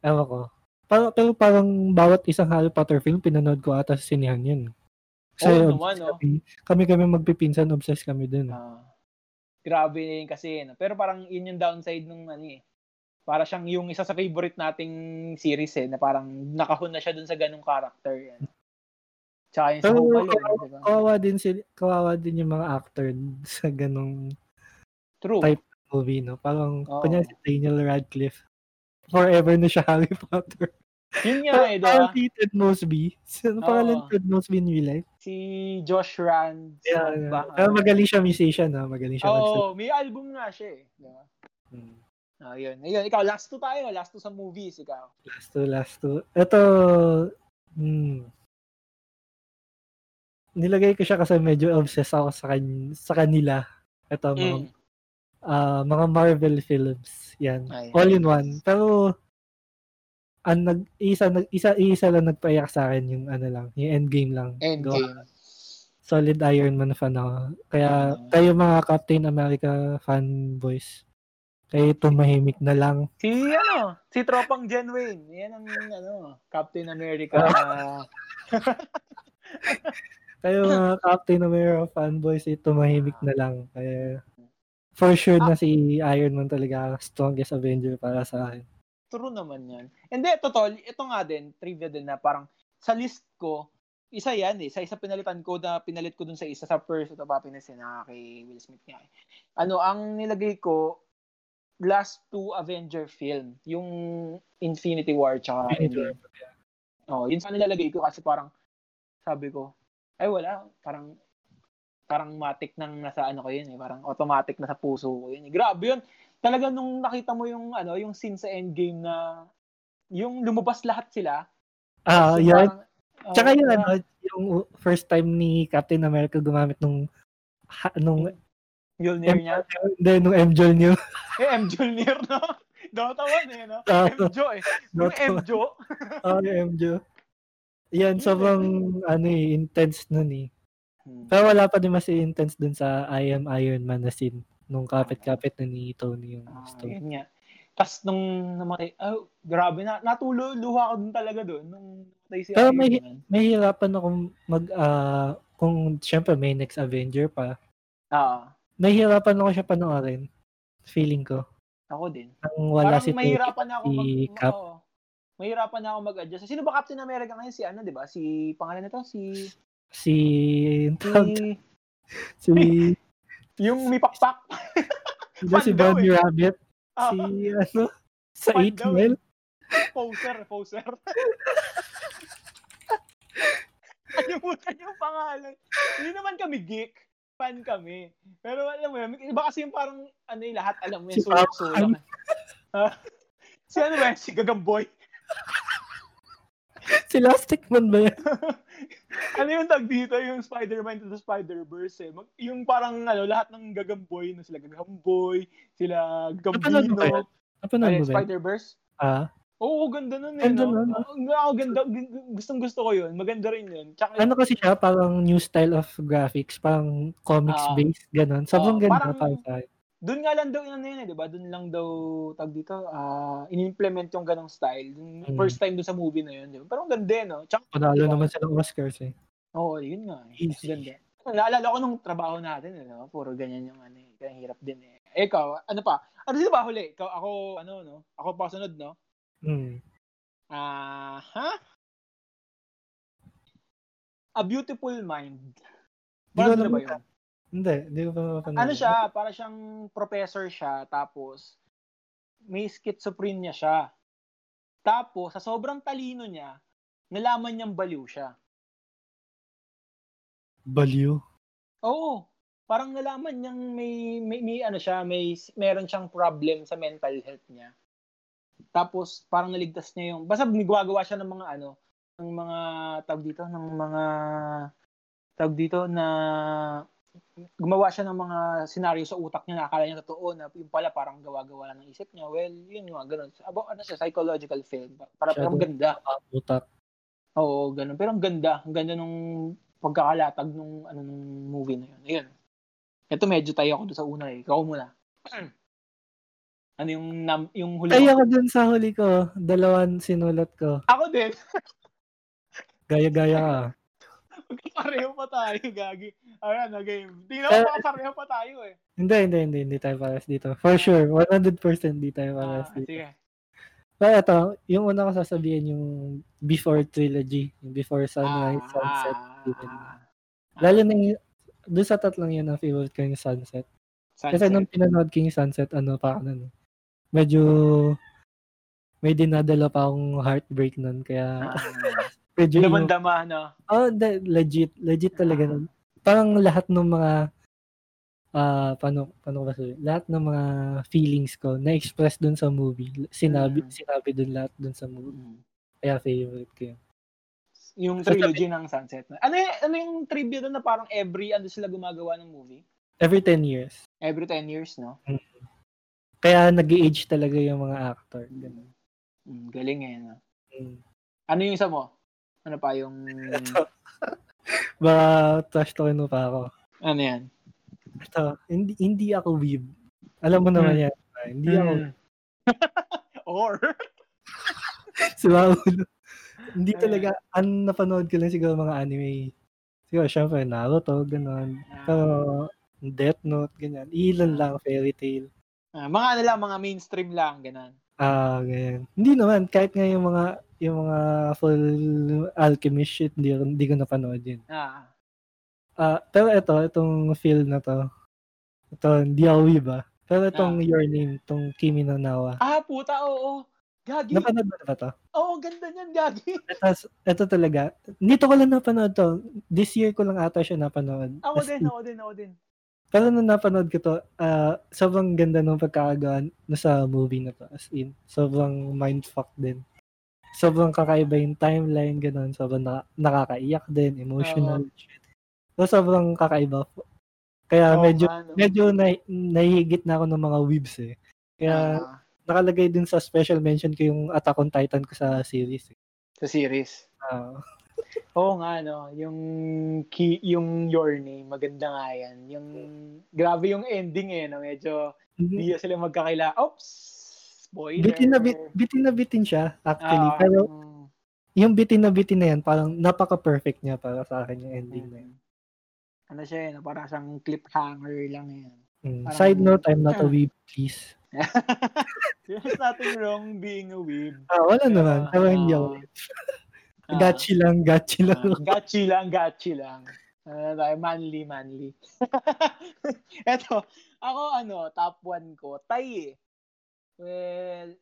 [SPEAKER 2] ewan ko. Parang, pero parang bawat isang Harry Potter film, pinanood ko ata sa sinehan yun. Kasi
[SPEAKER 1] Oo
[SPEAKER 2] obsessed
[SPEAKER 1] naman, oh.
[SPEAKER 2] kami, kami kami magpipinsan, obsessed kami dun.
[SPEAKER 1] Ah. grabe na yun kasi. No? Pero parang yun yung downside nung ano eh. Para siyang yung isa sa favorite nating series eh, na parang nakahon na siya dun sa ganung character. Yan. Tsaka yung sa
[SPEAKER 2] Pero- uh,
[SPEAKER 1] Home Alone, diba?
[SPEAKER 2] Kawawa din, si, kawawa din yung mga actor sa ganong
[SPEAKER 1] True.
[SPEAKER 2] type movie, no? Parang,
[SPEAKER 1] Oo.
[SPEAKER 2] kunya si Daniel Radcliffe. Forever na siya Harry Potter.
[SPEAKER 1] Yun nga eh,
[SPEAKER 2] Parang
[SPEAKER 1] diba?
[SPEAKER 2] si Ted Mosby. Sino
[SPEAKER 1] Oo.
[SPEAKER 2] pangalan ni Ted Mosby in real life?
[SPEAKER 1] Si Josh Rand.
[SPEAKER 2] Yeah,
[SPEAKER 1] Ano
[SPEAKER 2] yeah.
[SPEAKER 1] ba?
[SPEAKER 2] Pero magaling siya musician, no? Magaling siya Hmm.
[SPEAKER 1] Oo, may album nga siya eh. Diba? Ah, yun. Ayun, ikaw, last two tayo. Last two sa movies, ikaw.
[SPEAKER 2] Last two, last two. Ito, hmm. Nilagay ko siya kasi medyo obsessed ako sa, kan- sa kanila. Ito,
[SPEAKER 1] Mm.
[SPEAKER 2] mga, ah, mga Marvel films. Yan.
[SPEAKER 1] Ay.
[SPEAKER 2] All in one. Pero, ang nag, isa, nag, isa, isa lang nagpaiyak sa akin yung ano lang, yung endgame lang. Gawa-
[SPEAKER 1] Endgame.
[SPEAKER 2] Solid Iron Man fan ako. Kaya,
[SPEAKER 1] Ah.
[SPEAKER 2] kayo mga Captain America fanboys, kayo tumahimik na lang.
[SPEAKER 1] Si ano, si tropang Jen Wayne. Yan ang ano, Captain America. Ah,
[SPEAKER 2] Kayo mga Captain America fanboys, eh, tumahimik na lang. Kaya, for sure
[SPEAKER 1] Ah.
[SPEAKER 2] na si Iron Man talaga ang strongest Avenger para sa akin.
[SPEAKER 1] True naman yan. Hindi, totoo. Ito nga din, trivia din na parang sa list ko, isa yan eh. Sa isa pinalitan ko na pinalit ko dun sa isa sa first of happiness eh, na kay Will Smith nga eh. Ano, ang nilagay ko, last two Avenger film. Yung Infinity War tsaka Endgame. Oh, yun sana nilalagay ko kasi parang sabi ko, ay wala, parang parang matik nang nasa ano ko yun eh, parang automatic na sa puso ko yun. eh. Grabe yun. Talaga nung nakita mo yung ano, yung scene sa Endgame na yung lumabas lahat sila.
[SPEAKER 2] Ah,
[SPEAKER 1] so
[SPEAKER 2] yun.
[SPEAKER 1] parang, oh,
[SPEAKER 2] Tsaka yun,
[SPEAKER 1] parang-
[SPEAKER 2] ano, yung first time ni Captain America gumamit nung ha, nung
[SPEAKER 1] Mjolnir niya.
[SPEAKER 2] hindi, nung MJ niyo.
[SPEAKER 1] Eh, Mjolnir, no? Dota 1 eh, no?
[SPEAKER 2] Ah,
[SPEAKER 1] Mjo eh. Yung
[SPEAKER 2] Dota one.
[SPEAKER 1] Mjo,
[SPEAKER 2] oh, MJ. Yan, sobrang ano eh, intense nun eh.
[SPEAKER 1] Hmm.
[SPEAKER 2] Pero wala pa din mas intense dun sa I am Iron Man na scene nung kapit-kapit na ni Tony yung
[SPEAKER 1] Ah,
[SPEAKER 2] stone.
[SPEAKER 1] yun nga. Tapos nung namatay, oh, grabe na, natulo, luha ko dun talaga dun. Nung namatay si
[SPEAKER 2] Pero
[SPEAKER 1] Iron
[SPEAKER 2] may-
[SPEAKER 1] Man.
[SPEAKER 2] nahihirapan akong mag ah, kung syempre may next Avenger pa.
[SPEAKER 1] Ah,
[SPEAKER 2] Nahihirapan ako siya panoorin. Feeling ko.
[SPEAKER 1] ako din.
[SPEAKER 2] Nang wala
[SPEAKER 1] Parang
[SPEAKER 2] si Tony
[SPEAKER 1] mahirapan na ako
[SPEAKER 2] si
[SPEAKER 1] mag...
[SPEAKER 2] Cap.
[SPEAKER 1] oo. mahirapan na ako mag-adjust. Sino ba Captain America ngayon? Si ano, di ba? Si pangalan nito? Si...
[SPEAKER 2] Si
[SPEAKER 1] Si...
[SPEAKER 2] si
[SPEAKER 1] yung may pakpak.
[SPEAKER 2] di ba si
[SPEAKER 1] Fan daw
[SPEAKER 2] Bunny
[SPEAKER 1] eh.
[SPEAKER 2] Rabbit,
[SPEAKER 1] Ah,
[SPEAKER 2] si ano sa
[SPEAKER 1] Fan
[SPEAKER 2] 8
[SPEAKER 1] daw eh.
[SPEAKER 2] Mile.
[SPEAKER 1] Poser, poser. Kalimutan yung pangalan. Hindi naman kami geek. Fan kami. Pero alam mo yun, iba kasi yung parang ano yung lahat alam mo yung
[SPEAKER 2] Si Pao-
[SPEAKER 1] sulok-sulok. Ah, si ano ba? yun? Si Gagamboy.
[SPEAKER 2] Si Elastic Man ba yan?
[SPEAKER 1] ano yung tag dito, yung Spider-Man to the Spider-Verse eh. Mag- yung parang ano, lahat ng gagamboy, na sila gagamboy, sila
[SPEAKER 2] Napanood mo ba
[SPEAKER 1] gambino.
[SPEAKER 2] yan? Napanood
[SPEAKER 1] Ay,
[SPEAKER 2] mo Ano ba? yan?
[SPEAKER 1] Spider-Verse?
[SPEAKER 2] Ah,
[SPEAKER 1] Oo, ganda nun eh.
[SPEAKER 2] Ganda
[SPEAKER 1] no?
[SPEAKER 2] nun,
[SPEAKER 1] Oo, Oo, ganda. Gustong gusto ko yun. Maganda rin yun. Tsaka,
[SPEAKER 2] ano kasi siya, parang new style of graphics, parang comics
[SPEAKER 1] Ah.
[SPEAKER 2] based, ganun.
[SPEAKER 1] Ah,
[SPEAKER 2] Sobrang ganda
[SPEAKER 1] parang-
[SPEAKER 2] para sa akin.
[SPEAKER 1] Doon nga lang daw yun, ano yun eh, di ba? Doon lang daw, tag dito, ah in-implement yung ganong style. Dun-
[SPEAKER 2] Mm.
[SPEAKER 1] First time doon sa movie na yun. Di ba? Pero ang ganda eh, no? Tsaka,
[SPEAKER 2] Panalo
[SPEAKER 1] Diba?
[SPEAKER 2] naman sa Oscars eh.
[SPEAKER 1] oo, yun nga. Eh.
[SPEAKER 2] Easy.
[SPEAKER 1] Ganda. Naalala ko nung trabaho natin, ano? Puro ganyan yung ano, eh. Kaya hirap din eh. Eh, Ikaw, ano pa? Ano sino ba huli? Ikaw, ako, ano, no? Ako pa sunod, no?
[SPEAKER 2] Mm.
[SPEAKER 1] Ah, ha? A Beautiful Mind.
[SPEAKER 2] Di ko
[SPEAKER 1] Parang
[SPEAKER 2] alam
[SPEAKER 1] ano ba
[SPEAKER 2] yun.
[SPEAKER 1] yun?
[SPEAKER 2] Hindi, hindi ko pa mapanood.
[SPEAKER 1] ano siya, para siyang professor siya, tapos may schizophrenia siya. Tapos, sa sobrang talino niya, nalaman niyang baliw siya.
[SPEAKER 2] Baliw.
[SPEAKER 1] Oo. Parang nalaman niyang may, may, may ano siya, may, meron siyang problem sa mental health niya. Tapos, parang naligtas niya yung, basta nagwagawa siya ng mga ano, ng mga, tawag dito, ng mga, tawag dito, na, gumawa siya ng mga scenario sa utak niya na akala niya totoo na yung pala parang gawa-gawa lang ng isip niya. Well, yun yung mga ganun. About, ano siya, psychological film. Para, pero ang
[SPEAKER 2] Shadow.
[SPEAKER 1] ganda.
[SPEAKER 2] Utak.
[SPEAKER 1] Oo, ganun. Pero ang ganda. Ang ganda nung pagkakalatag nung, ano, nung movie na yun. Ayun. Ito medyo tayo ako doon sa una eh. Ikaw muna. Ano yung nam, yung huli?
[SPEAKER 2] Kaya
[SPEAKER 1] ko?
[SPEAKER 2] ko dun sa huli ko, dalawan sinulat ko.
[SPEAKER 1] Ako din.
[SPEAKER 2] Gaya-gaya ka.
[SPEAKER 1] Magkapareho pa tayo, Gagi. Ayan, na game. Tingnan
[SPEAKER 2] Pero-
[SPEAKER 1] mo, magkapareho pa tayo eh.
[SPEAKER 2] Hindi, hindi, hindi, hindi tayo pares dito. For sure, 100% hindi
[SPEAKER 1] Ah,
[SPEAKER 2] tayo pares dito.
[SPEAKER 1] sige.
[SPEAKER 2] Pero ito, yung una ko sasabihin yung Before Trilogy, yung Before Sunrise,
[SPEAKER 1] Ah,
[SPEAKER 2] Ano, Sunset.
[SPEAKER 1] ah,
[SPEAKER 2] Evening.
[SPEAKER 1] ah.
[SPEAKER 2] Lalo na yung, doon sa tatlong yun, ang favorite ko yung Sunset. Kasi
[SPEAKER 1] Sunset.
[SPEAKER 2] nung pinanood ko yung Sunset, ano pa ako nun, eh, medyo may dinadala pa akong heartbreak nun. Kaya,
[SPEAKER 1] Ah,
[SPEAKER 2] medyo yung,
[SPEAKER 1] Damandama, no?
[SPEAKER 2] oh, hindi, legit, legit
[SPEAKER 1] Ah.
[SPEAKER 2] talaga nun. Parang lahat ng mga, ah, paano, paano ko ba sabihin? Lahat ng mga feelings ko na-express dun sa movie. Sinabi,
[SPEAKER 1] Mm.
[SPEAKER 2] sinabi dun lahat dun sa movie. Kaya favorite ko yun.
[SPEAKER 1] Yung trilogy ng Sunset. Ano, y- ano yung trivia doon na parang every, ano sila gumagawa ng movie?
[SPEAKER 2] Every 10 years.
[SPEAKER 1] Every 10 years, no?
[SPEAKER 2] Kaya nag age talaga yung mga actor. Ganun.
[SPEAKER 1] Mm, galing eh, no?
[SPEAKER 2] Mm.
[SPEAKER 1] Ano yung isa mo? Ano pa yung...
[SPEAKER 2] Baka trash talkin mo pa ako.
[SPEAKER 1] ano yan?
[SPEAKER 2] Ito, hindi, hindi ako weeb. Alam mo naman
[SPEAKER 1] Mm.
[SPEAKER 2] yan. ah, Hindi ako,
[SPEAKER 1] Mm. Or?
[SPEAKER 2] si Maulo. hindi
[SPEAKER 1] Eh.
[SPEAKER 2] talaga, ang napanood ko lang siguro mga anime. Siguro, syempre, Naruto, ganun. Pero, Death Note, ganyan. Ilan lang, fairy tale.
[SPEAKER 1] Ah, mga ano lang, mga mainstream lang, ganun.
[SPEAKER 2] Ah, ganyan. Hindi naman, kahit nga yung mga, yung mga full alchemist shit, hindi, hindi ko napanood yun.
[SPEAKER 1] Ah.
[SPEAKER 2] Ah, pero ito, itong field na to. Ito, hindi ako weeb ah. Pero itong Your Name, itong Kimi no Nawa.
[SPEAKER 1] ah, puta, oo. Gagi.
[SPEAKER 2] Napanood mo na ba to?
[SPEAKER 1] Oo, ganda niyan, Gagi.
[SPEAKER 2] Ito, ito talaga. Dito ko lang napanood to. This year ko lang ata siya napanood.
[SPEAKER 1] Ako
[SPEAKER 2] As
[SPEAKER 1] din,
[SPEAKER 2] in,
[SPEAKER 1] ako din, ako din.
[SPEAKER 2] Pero nung napanood ko to, ah, sobrang ganda ng pagkakagawa na sa movie na to. As in, sobrang mindfuck din. Sobrang kakaiba yung timeline, ganun. Sobrang naka- nakakaiyak din, emotional. shit. So, sobrang kakaiba.
[SPEAKER 1] Oo,
[SPEAKER 2] Kaya Ah, medyo
[SPEAKER 1] man, oo.
[SPEAKER 2] medyo na, nahihigit na ako ng mga weebs eh. Kaya
[SPEAKER 1] Ah,
[SPEAKER 2] nakalagay din sa special mention ko yung Attack on Titan ko sa series. Eh.
[SPEAKER 1] sa series.
[SPEAKER 2] Ah,
[SPEAKER 1] Oo nga, no. Yung, key, yung Your Name, maganda nga yan. Yung, grabe yung ending eh, no. Medyo,
[SPEAKER 2] hindi-
[SPEAKER 1] hindi na sila magkakaila. Oops! Spoiler.
[SPEAKER 2] bitin na bit, bitin na bitin siya actually.
[SPEAKER 1] Ah,
[SPEAKER 2] Pero
[SPEAKER 1] mm,
[SPEAKER 2] yung bitin na bitin na yan parang napaka-perfect niya para sa akin yung ending na yun.
[SPEAKER 1] ano siya eh, no? parang siyang cliffhanger lang yan.
[SPEAKER 2] Mm.
[SPEAKER 1] Parang-
[SPEAKER 2] Side note, I'm not a weeb, please.
[SPEAKER 1] There's nothing wrong being a weeb.
[SPEAKER 2] Ah, wala naman.
[SPEAKER 1] Ah,
[SPEAKER 2] Pero hindi ako
[SPEAKER 1] ah,
[SPEAKER 2] weeb. Gachi lang, gachi lang.
[SPEAKER 1] Ah, gachi lang, gachi lang. Ano tayo, manly, manly. Eto, ako ano, top 1 ko, Tay eh. Well,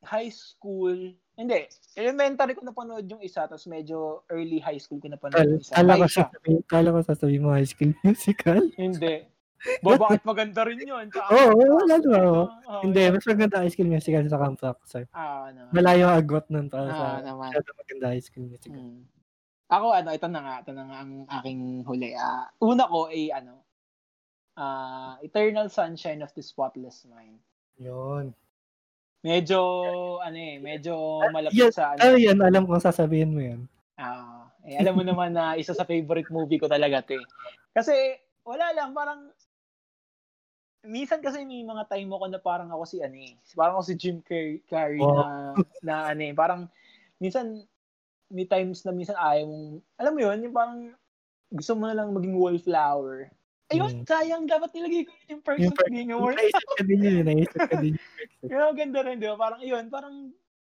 [SPEAKER 1] high school, hindi, elementary ko napanood yung isa, tapos medyo early high school ko napanood yung
[SPEAKER 2] Kala
[SPEAKER 1] isa.
[SPEAKER 2] kala ko
[SPEAKER 1] Tay siya.
[SPEAKER 2] sasabihin, kala ko sasabihin mo high school musical.
[SPEAKER 1] Hindi. Ba, bakit maganda rin yun? Tsaka-
[SPEAKER 2] Oo, wala naman ako.
[SPEAKER 1] Oo,
[SPEAKER 2] Hindi, mas maganda high school musical sa Camp Rock, sir.
[SPEAKER 1] Ah, ano.
[SPEAKER 2] Malayo ang agwat nun para sa
[SPEAKER 1] Ah, naman.
[SPEAKER 2] masyado maganda high school musical.
[SPEAKER 1] Mm. Ako ano, ito na nga, ito na nga ang aking huli. Ah, una ko ay ano, ah, Eternal Sunshine of the Spotless Mind.
[SPEAKER 2] Yun.
[SPEAKER 1] Medyo ano eh, medyo malapit
[SPEAKER 2] Yes,
[SPEAKER 1] sa ano.
[SPEAKER 2] Pero yan, alam kong sasabihin mo yan.
[SPEAKER 1] Ah, eh, alam mo naman na isa sa favorite movie ko talaga 'to. eh. Kasi wala lang parang minsan kasi may mga time ako na parang ako si ano eh, parang ako si Jim Car- Carrey na na ano eh, parang minsan may times na minsan ayaw mong, alam mo yun, yung parang gusto mo na lang maging wallflower. Ayun,
[SPEAKER 2] Mm.
[SPEAKER 1] sayang, dapat nilagay ko yun yung person
[SPEAKER 2] Yung person-
[SPEAKER 1] being a wallflower.
[SPEAKER 2] Naisip ka din yun, eh. naisip ka din yun.
[SPEAKER 1] Yung ganda rin, di ba? Parang yun, parang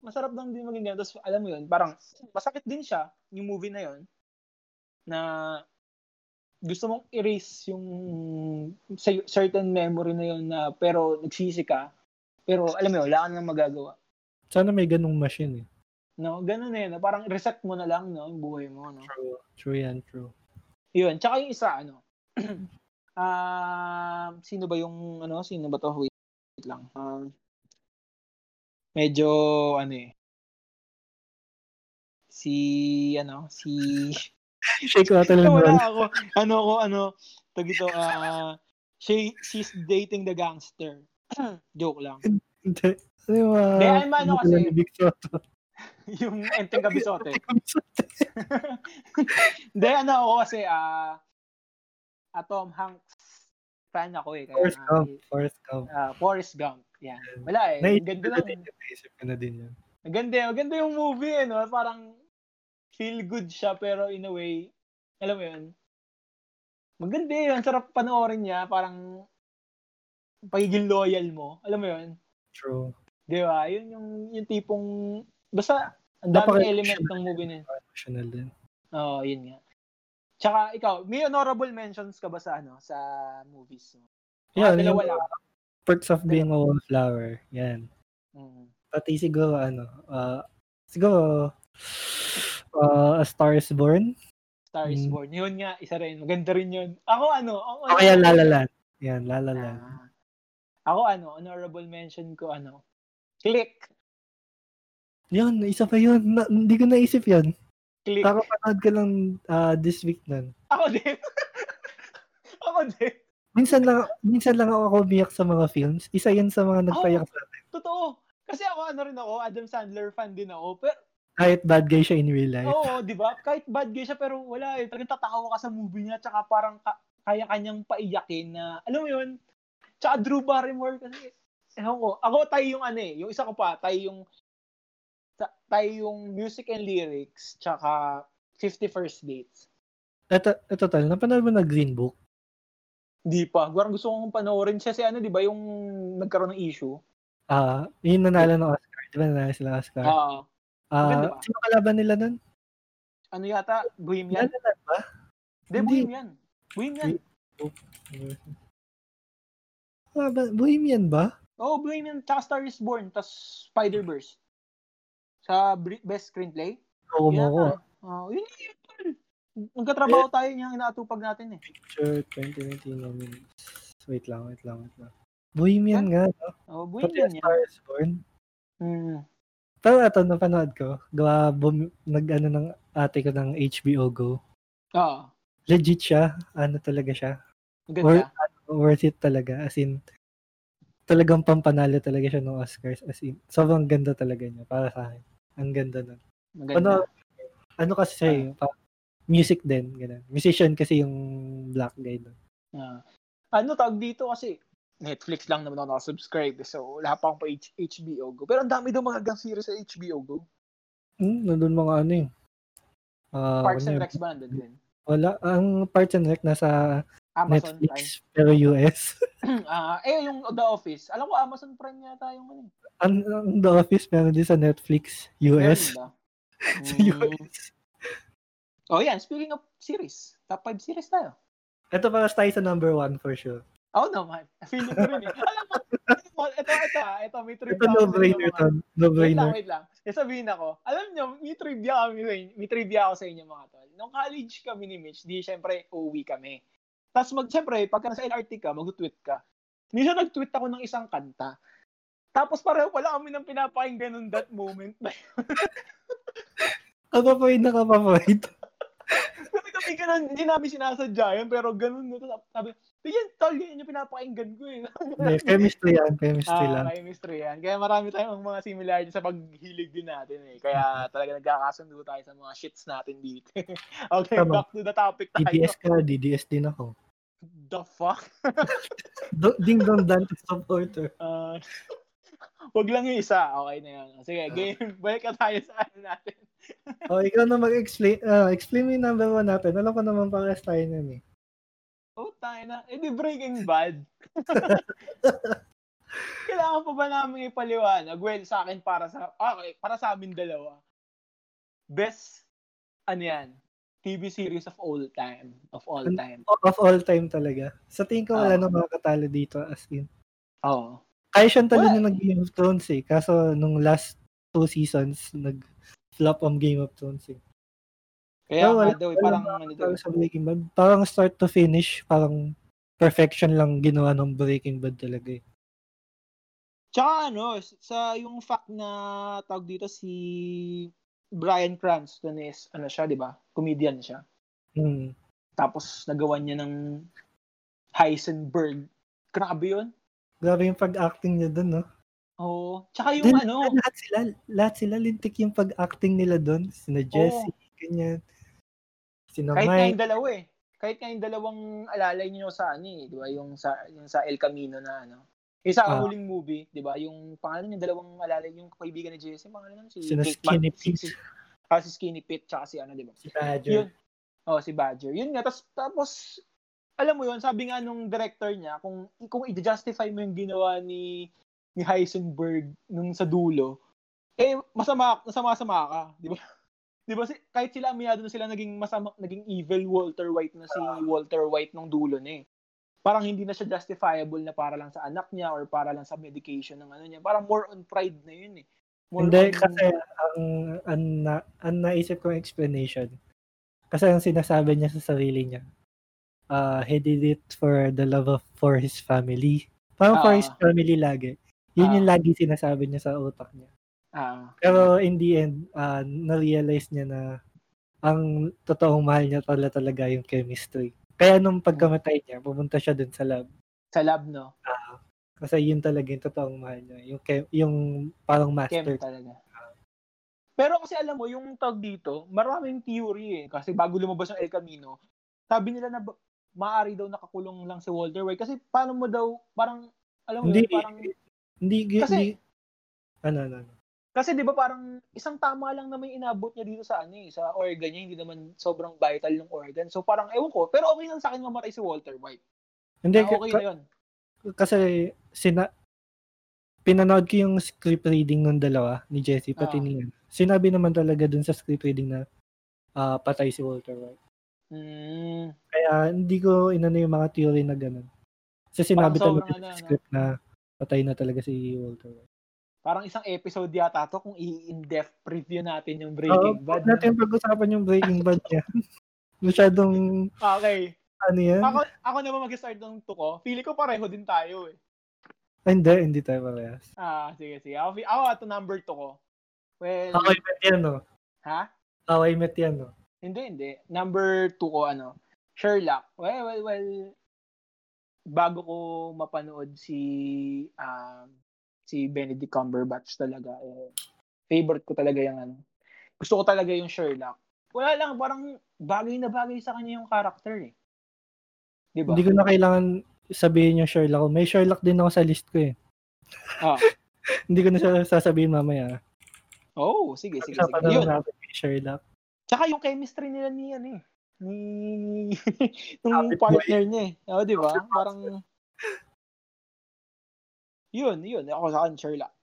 [SPEAKER 1] masarap lang din maging ganun. Tapos alam mo yun, parang masakit din siya, yung movie na yun, na gusto mong erase yung sa- certain memory na yun na pero nagsisi ka, pero alam mo yun, wala ka nang magagawa.
[SPEAKER 2] Sana may ganung machine eh.
[SPEAKER 1] No, ganun eh, no? parang reset mo na lang no, yung buhay mo, no.
[SPEAKER 2] True. True yan, true.
[SPEAKER 1] Yun, tsaka yung isa ano. Ah, sino ba yung ano, sino ba to? Wait, wait lang. Um, medyo ano eh. Si ano, si
[SPEAKER 2] Shake ko natin lang.
[SPEAKER 1] wala ako. Ano ako, ano, tag ito, ah, she, she's dating the gangster. Joke lang.
[SPEAKER 2] Hindi. Ano yung mga...
[SPEAKER 1] Hindi, I'm ano kasi-
[SPEAKER 2] ni Big Soto?
[SPEAKER 1] Yung enteng kabisote.
[SPEAKER 2] Big Soto.
[SPEAKER 1] Hindi, ano ako kasi, ah, ah, Tom Hanks fan ako eh. Kaya,
[SPEAKER 2] Forrest
[SPEAKER 1] nga,
[SPEAKER 2] Gump.
[SPEAKER 1] eh,
[SPEAKER 2] Forrest Gump.
[SPEAKER 1] ah, Forrest Gump. Yan. Wala eh. Ang ganda
[SPEAKER 2] na
[SPEAKER 1] lang.
[SPEAKER 2] din yun. Naisip ko na din yun.
[SPEAKER 1] Ang ganda, ang ganda yung movie eh, no? Parang feel good siya pero in a way, alam mo yun, maganda eh. Ang sarap panoorin niya. Parang pagiging loyal mo. Alam mo yun?
[SPEAKER 2] True.
[SPEAKER 1] Di ba? Yun yung, yung tipong, basta, ang
[SPEAKER 2] Napaka-
[SPEAKER 1] daming element ng movie na yun.
[SPEAKER 2] Emotional din.
[SPEAKER 1] Oo, oh, yun nga. Tsaka ikaw, may honorable mentions ka ba sa ano, sa movies mo? Ah,
[SPEAKER 2] Yeah, yung
[SPEAKER 1] dalawa lang.
[SPEAKER 2] perks of being a wallflower. Yan.
[SPEAKER 1] Mm.
[SPEAKER 2] Pati siguro ano, ah, siguro ah, A Star is Born
[SPEAKER 1] Star is
[SPEAKER 2] Mm.
[SPEAKER 1] Born. Yun nga, isa rin. Maganda rin yun. Ako ano, ang
[SPEAKER 2] o kaya La La Land. Yan, La La Land.
[SPEAKER 1] Ah. Ako ano, honorable mention ko ano, Click.
[SPEAKER 2] Yun, isa pa yun. Na- hindi ko naisip yun.
[SPEAKER 1] Click.
[SPEAKER 2] Kakapanood ka lang ah, this week nun.
[SPEAKER 1] Ako din. ako din.
[SPEAKER 2] Minsan lang, minsan lang ako umiyak sa mga films. Isa yun sa mga
[SPEAKER 1] Oh.
[SPEAKER 2] nagpayak sa akin.
[SPEAKER 1] Totoo. Kasi ako ano rin ako, Adam Sandler fan din ako. Pero,
[SPEAKER 2] Kahit bad guy siya in real life.
[SPEAKER 1] oo, di ba? Kahit bad guy siya, pero wala eh. Talagang tatakawa ka sa movie niya, tsaka parang ka- kaya kanyang paiyakin na, alam mo yun, tsaka Drew Barrymore kasi, ewan ko, ako tayo yung ano eh, yung isa ko pa, tayo yung, ta- tayo yung music and lyrics, tsaka 50 First Dates.
[SPEAKER 2] Ito, ito tal, napanood mo na Green Book?
[SPEAKER 1] Di pa. Parang gusto kong panoorin siya si ano, di ba, yung nagkaroon ng issue.
[SPEAKER 2] Ah, yun nanalo ng Oscar. Di ba nanalo sila ng Oscar?
[SPEAKER 1] Ah, maganda
[SPEAKER 2] Ah,
[SPEAKER 1] ba?
[SPEAKER 2] sino kalaban nila nun?
[SPEAKER 1] ano yata, Bohemian?
[SPEAKER 2] Lala Land ba?
[SPEAKER 1] Hindi,
[SPEAKER 2] Hindi.
[SPEAKER 1] Bohemian. Bohemian.
[SPEAKER 2] Kalaban, Bohemian ba?
[SPEAKER 1] Oh, Bohemian. Tsaka Star is Born, tas Spider-Verse. Sa bri- best screenplay.
[SPEAKER 2] Oo mo ko.
[SPEAKER 1] Yata. Oh, yun yun. yun, tol. Magkatrabaho tayo niyang inaatupag natin eh.
[SPEAKER 2] Sure, 2019 nominees. Wait lang, wait lang, wait lang. Bohemian nga, no?
[SPEAKER 1] Oh,
[SPEAKER 2] Pati
[SPEAKER 1] Bohemian yan.
[SPEAKER 2] Star is Born.
[SPEAKER 1] Mm.
[SPEAKER 2] Pero ito, napanood ko. Gawa, bum, nag, ano, ng ate ko ng HBO Go.
[SPEAKER 1] Ah,
[SPEAKER 2] Legit siya. Ano talaga siya.
[SPEAKER 1] maganda.
[SPEAKER 2] worth it talaga. As in, talagang pampanalo talaga siya ng Oscars. As in, sobrang ganda talaga niya para sa akin. Ang ganda nun.
[SPEAKER 1] Maganda.
[SPEAKER 2] Ano, ano kasi
[SPEAKER 1] Ah.
[SPEAKER 2] siya eh, pa- music din, ganun. Musician kasi yung black guy doon.
[SPEAKER 1] Ah. Ano tawag dito kasi Netflix lang naman ako subscribe So, wala pa akong pa H- HBO Go. Pero ang dami daw magagandang series sa HBO Go.
[SPEAKER 2] Hmm, nandun mga ano eh. Ah,
[SPEAKER 1] Parks
[SPEAKER 2] ano
[SPEAKER 1] and
[SPEAKER 2] yun?
[SPEAKER 1] Recs ba nandun din?
[SPEAKER 2] Wala. Ang Parks and Rec nasa
[SPEAKER 1] Amazon
[SPEAKER 2] Netflix, pero US.
[SPEAKER 1] Prime. Ah, eh, yung The Office. Alam ko, Amazon Prime yata yung ano. eh.
[SPEAKER 2] ang, ang The Office, meron din sa Netflix, US.
[SPEAKER 1] Meron ba?
[SPEAKER 2] sa
[SPEAKER 1] Mm.
[SPEAKER 2] US.
[SPEAKER 1] Oh, yan. Speaking of series, top 5 series tayo.
[SPEAKER 2] Ito para tayo sa number one for sure.
[SPEAKER 1] Oh, naman. Feeling ko rin eh. Alam mo, alam mo, ito, ito, ah, ito, may trivia.
[SPEAKER 2] Ito no-brainer
[SPEAKER 1] mga-
[SPEAKER 2] to.
[SPEAKER 1] Wait
[SPEAKER 2] No-brainer.
[SPEAKER 1] lang, wait lang. Eh, sabihin ako, alam nyo, may trivia kami, sa- may trivia ako sa inyo mga tol. Nung college kami ni Mitch, di syempre, uuwi kami. Tapos mag, syempre, pagka nasa LRT ka, mag-tweet ka. Minsan nag-tweet ako ng isang kanta. Tapos pareho wala kami ng pinapakinggan nung that moment.
[SPEAKER 2] Kapapoy na kapapoy.
[SPEAKER 1] Kasi kami ganun, hindi namin sinasadya yun, pero ganun na. Tapos Sabi, yan, tol, yan yung pinapakinggan ko eh.
[SPEAKER 2] Hindi, chemistry yan, chemistry
[SPEAKER 1] Ah,
[SPEAKER 2] lang.
[SPEAKER 1] chemistry yan. Kaya marami tayong mga similarity sa paghilig din natin eh. Kaya talaga nagkakasundo tayo sa mga shits natin dito. okay,
[SPEAKER 2] Tama.
[SPEAKER 1] back to the topic tayo.
[SPEAKER 2] DDS ka, DDS din ako.
[SPEAKER 1] The fuck?
[SPEAKER 2] Do- Ding dong Dante supporter.
[SPEAKER 1] Uh, wag lang yung isa. Okay na yan. Sige,
[SPEAKER 2] Ah.
[SPEAKER 1] game. Balik na tayo sa ano natin.
[SPEAKER 2] O, Oh, ikaw na mag-explain. ah, explain mo yung number one natin. Alam ko naman parehas tayo nun eh.
[SPEAKER 1] Oh, tayo na. Eh, di Breaking Bad. Kailangan pa ba namin ipaliwanag? Well, sa akin, para sa, ah, okay, para sa amin dalawa. Best, ano yan, TV series of all time. Of all
[SPEAKER 2] An-
[SPEAKER 1] time.
[SPEAKER 2] O, Of all time talaga. Sa tingin ko wala
[SPEAKER 1] Ah.
[SPEAKER 2] na makakatalo dito as in.
[SPEAKER 1] Oo.
[SPEAKER 2] Kaya siyang talo
[SPEAKER 1] Wala.
[SPEAKER 2] na ng Game of Thrones eh. Kaso nung last two seasons, nag-flop ang Game of Thrones eh.
[SPEAKER 1] Kaya
[SPEAKER 2] Oh,
[SPEAKER 1] nga
[SPEAKER 2] wala-
[SPEAKER 1] daw, eh,
[SPEAKER 2] wala
[SPEAKER 1] parang ano daw.
[SPEAKER 2] Parang sa Breaking Bad, parang start to finish, parang perfection lang ginawa ng Breaking Bad talaga eh.
[SPEAKER 1] Tsaka ano, sa yung fact na tawag dito si Bryan Cranston is, ano siya, di ba? Comedian siya.
[SPEAKER 2] Hmm.
[SPEAKER 1] Tapos, nagawa niya ng Heisenberg. Grabe yun.
[SPEAKER 2] Grabe yung pag-acting niya doon, no?
[SPEAKER 1] Oo. Tsaka yung
[SPEAKER 2] Then,
[SPEAKER 1] ano,
[SPEAKER 2] Lahat sila, lahat sila lintik yung pag-acting nila doon. Sina Jessie, ganyan. Sina
[SPEAKER 1] kahit nga
[SPEAKER 2] Mike.
[SPEAKER 1] yung dalawa eh. kahit nga yung dalawang alalay niyo sa ano eh, di ba? Yung sa, yung sa El Camino na ano. Yung sa
[SPEAKER 2] Ah.
[SPEAKER 1] huling movie, di ba? Yung pangalan yung dalawang alalay, yung kaibigan ni Jesse, pangalan nun si
[SPEAKER 2] Sina
[SPEAKER 1] Pink
[SPEAKER 2] Skinny
[SPEAKER 1] Man-
[SPEAKER 2] Pete.
[SPEAKER 1] Si, si, ah, si Skinny Pete, tsaka si ano, di ba?
[SPEAKER 2] Si
[SPEAKER 1] Yun. Oh, si Badger. Yun nga, tapos, tapos alam mo yun, sabi nga nung director niya, kung kung i-justify mo yung ginawa ni ni Heisenberg nung sa dulo, eh masama masama-sama ka, di ba? Di ba si, kahit sila aminado na sila naging masama naging evil Walter White na si Walter White nung dulo na eh. Parang hindi na siya justifiable na para lang sa anak niya or para lang sa medication ng ano niya. Parang more on pride na yun eh. More on-
[SPEAKER 2] Hindi, kasi ang, ang, na, ang naisip kong explanation, kasi ang sinasabi niya sa sarili niya, uh, he did it for the love of, for his family. Parang for
[SPEAKER 1] Ah.
[SPEAKER 2] his family lagi. Yun yung
[SPEAKER 1] Ah.
[SPEAKER 2] lagi sinasabi niya sa utak niya.
[SPEAKER 1] ah,
[SPEAKER 2] Pero in the end, uh, na-realize niya na ang totoong mahal niya pala talaga yung chemistry. Kaya nung pagkamatay niya, pumunta siya dun sa lab.
[SPEAKER 1] sa lab no.
[SPEAKER 2] Kasi yun talaga yung totoong mahal niya. Yung, chem- yung parang
[SPEAKER 1] Chem
[SPEAKER 2] master.
[SPEAKER 1] talaga. Pero kasi alam mo, yung tag dito, maraming theory eh. Kasi bago lumabas yung El Camino, sabi nila na ba- maaari daw nakakulong lang si Walter White. Kasi paano mo daw, parang, alam mo,
[SPEAKER 2] Hindi.
[SPEAKER 1] yun, parang,
[SPEAKER 2] Hindi,
[SPEAKER 1] Kasi-
[SPEAKER 2] hindi, ano, ano, ano.
[SPEAKER 1] kasi di ba parang isang tama lang naman yung inabot niya dito sa ano eh, sa organ niya, hindi naman sobrang vital yung organ. So parang, ewan ko, pero okay lang sa akin mamatay si Walter White.
[SPEAKER 2] Hindi,
[SPEAKER 1] Ah, okay
[SPEAKER 2] ka-
[SPEAKER 1] na yun.
[SPEAKER 2] kasi sina pinanood ko yung script reading nung dalawa ni Jesse
[SPEAKER 1] Ah.
[SPEAKER 2] pati niya. Sinabi naman talaga dun sa script reading na ah, patay si Walter White.
[SPEAKER 1] Mm,
[SPEAKER 2] Kaya hindi ko inano yung mga theory na ganun. Kasi sinabi
[SPEAKER 1] Parang sobrang
[SPEAKER 2] talaga
[SPEAKER 1] ano,
[SPEAKER 2] sa
[SPEAKER 1] ano.
[SPEAKER 2] script na patay na talaga si Walter White.
[SPEAKER 1] parang isang episode yata to kung i-in-depth preview natin yung
[SPEAKER 2] Oo,
[SPEAKER 1] Breaking
[SPEAKER 2] huwag
[SPEAKER 1] Bad.
[SPEAKER 2] natin pag-usapan yung Breaking Bad niya. Masyadong
[SPEAKER 1] Okay.
[SPEAKER 2] ano yan.
[SPEAKER 1] Ako, ako naman mag-start ng tuko. Feeling ko pareho din tayo eh.
[SPEAKER 2] Ay, hindi, hindi tayo parehas.
[SPEAKER 1] Ah, sige, sige. Ako, fi- ako ato number two ko. Well,
[SPEAKER 2] How I met yan, no?
[SPEAKER 1] ha?
[SPEAKER 2] How I met yan, no?
[SPEAKER 1] Hindi, hindi. Number two ko, ano, Sherlock. Well, well, well, bago ko mapanood si, um, si Benedict Cumberbatch talaga, eh, favorite ko talaga yung, ano, gusto ko talaga yung Sherlock. Wala lang, parang bagay na bagay sa kanya yung character eh. Di ba?
[SPEAKER 2] Hindi ko na kailangan sabihin yung Sherlock. May Sherlock din ako sa list ko eh.
[SPEAKER 1] Ah.
[SPEAKER 2] Hindi ko na siya sasabihin mamaya.
[SPEAKER 1] Oh, sige, sige, sige.
[SPEAKER 2] Pag-usapan
[SPEAKER 1] Yun.
[SPEAKER 2] na natin kay Sherlock.
[SPEAKER 1] Tsaka yung chemistry nila ni ano eh, ni nung
[SPEAKER 2] Kapit
[SPEAKER 1] partner niya eh. Oo, di ba? Parang yun, yun. Ako sa akin, Sherlock.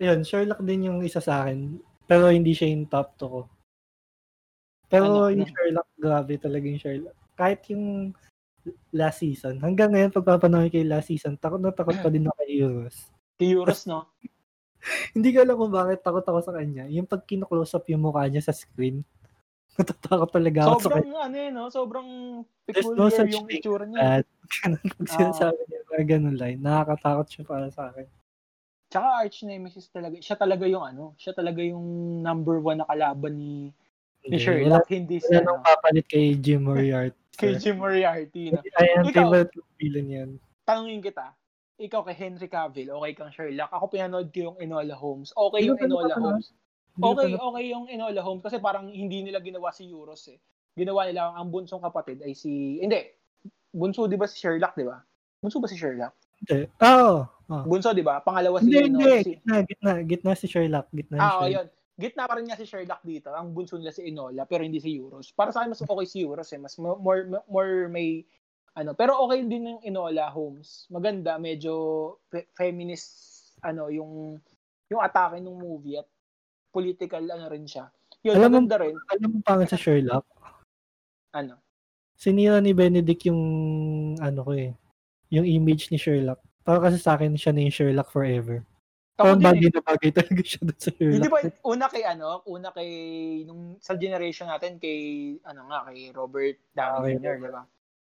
[SPEAKER 2] Ayun, Sherlock din yung isa sa akin. Pero hindi siya yung top to ko. Pero
[SPEAKER 1] Ano?
[SPEAKER 2] yung Sherlock, grabe talaga yung Sherlock. Kahit yung last season, hanggang ngayon pagpapanood kay last season, takot na takot pa din ako kay Euros.
[SPEAKER 1] Curious, no?
[SPEAKER 2] Hindi ko alam kung bakit takot ako sa kanya. Yung pag kino-close up yung mukha niya sa screen, natatakot talaga ako sa
[SPEAKER 1] Sobrang
[SPEAKER 2] kanya.
[SPEAKER 1] ano eh, no? Sobrang
[SPEAKER 2] There's
[SPEAKER 1] peculiar
[SPEAKER 2] no such
[SPEAKER 1] yung
[SPEAKER 2] thing
[SPEAKER 1] itsura niya.
[SPEAKER 2] At ganun pag
[SPEAKER 1] Ah.
[SPEAKER 2] sinasabi niya, mga ganun line, nakakatakot siya para sa akin.
[SPEAKER 1] Tsaka arch nemesis talaga. Siya talaga yung ano, siya talaga yung number one na kalaban ni, ni
[SPEAKER 2] Hindi,
[SPEAKER 1] Sherlock. Hindi
[SPEAKER 2] Wala
[SPEAKER 1] siya,
[SPEAKER 2] nang
[SPEAKER 1] no?
[SPEAKER 2] papalit kay Jim Moriarty.
[SPEAKER 1] Kay Jim Moriarty. No?
[SPEAKER 2] Ay, ang
[SPEAKER 1] Ikaw?
[SPEAKER 2] favorite kong villain yan.
[SPEAKER 1] Tanungin kita, ikaw kay Henry Cavill, okay kang Sherlock. Ako pinanood ko yung Enola Holmes. Okay yung
[SPEAKER 2] Hindi ko pa
[SPEAKER 1] Enola
[SPEAKER 2] napanood.
[SPEAKER 1] Holmes.
[SPEAKER 2] Hindi ko
[SPEAKER 1] Okay,
[SPEAKER 2] pa
[SPEAKER 1] okay yung Enola Holmes kasi parang hindi nila ginawa si Euros eh. Ginawa nila ang bunsong kapatid ay si hindi. Bunso 'di ba si Sherlock, 'di ba? Bunso ba si Sherlock?
[SPEAKER 2] napanood. Oo. Oh.
[SPEAKER 1] Bunso 'di ba? Pangalawa si
[SPEAKER 2] Hindi,
[SPEAKER 1] ano,
[SPEAKER 2] hindi.
[SPEAKER 1] si
[SPEAKER 2] Gitna, gitna. Gitna si Sherlock. Gitna ni
[SPEAKER 1] Ah, oh,
[SPEAKER 2] Sherlock.
[SPEAKER 1] yun. Gitna pa rin niya si Sherlock dito. Ang bunso nila si Enola pero hindi si Euros. Para sa akin mas okay si Euros eh. Mas mo- more more may ano, pero okay din yung Enola Holmes. Maganda, medyo fe- feminist ano yung yung atake ng movie at political ano rin siya. Yun,
[SPEAKER 2] Alam mo-
[SPEAKER 1] maganda rin.
[SPEAKER 2] Alam mo pangit sa Sherlock?
[SPEAKER 1] Ano?
[SPEAKER 2] Sinira ni Benedict yung ano ko eh. Yung image ni Sherlock. Para kasi sa akin siya na yung Sherlock forever.
[SPEAKER 1] Ako
[SPEAKER 2] Parang eh.
[SPEAKER 1] din eh.
[SPEAKER 2] bagay na bagay talaga siya dun sa
[SPEAKER 1] Hindi
[SPEAKER 2] Sherlock.
[SPEAKER 1] ba una kay ano, una kay nung sa generation natin kay ano nga kay Robert Downey
[SPEAKER 2] Okay.
[SPEAKER 1] Jr., di ba?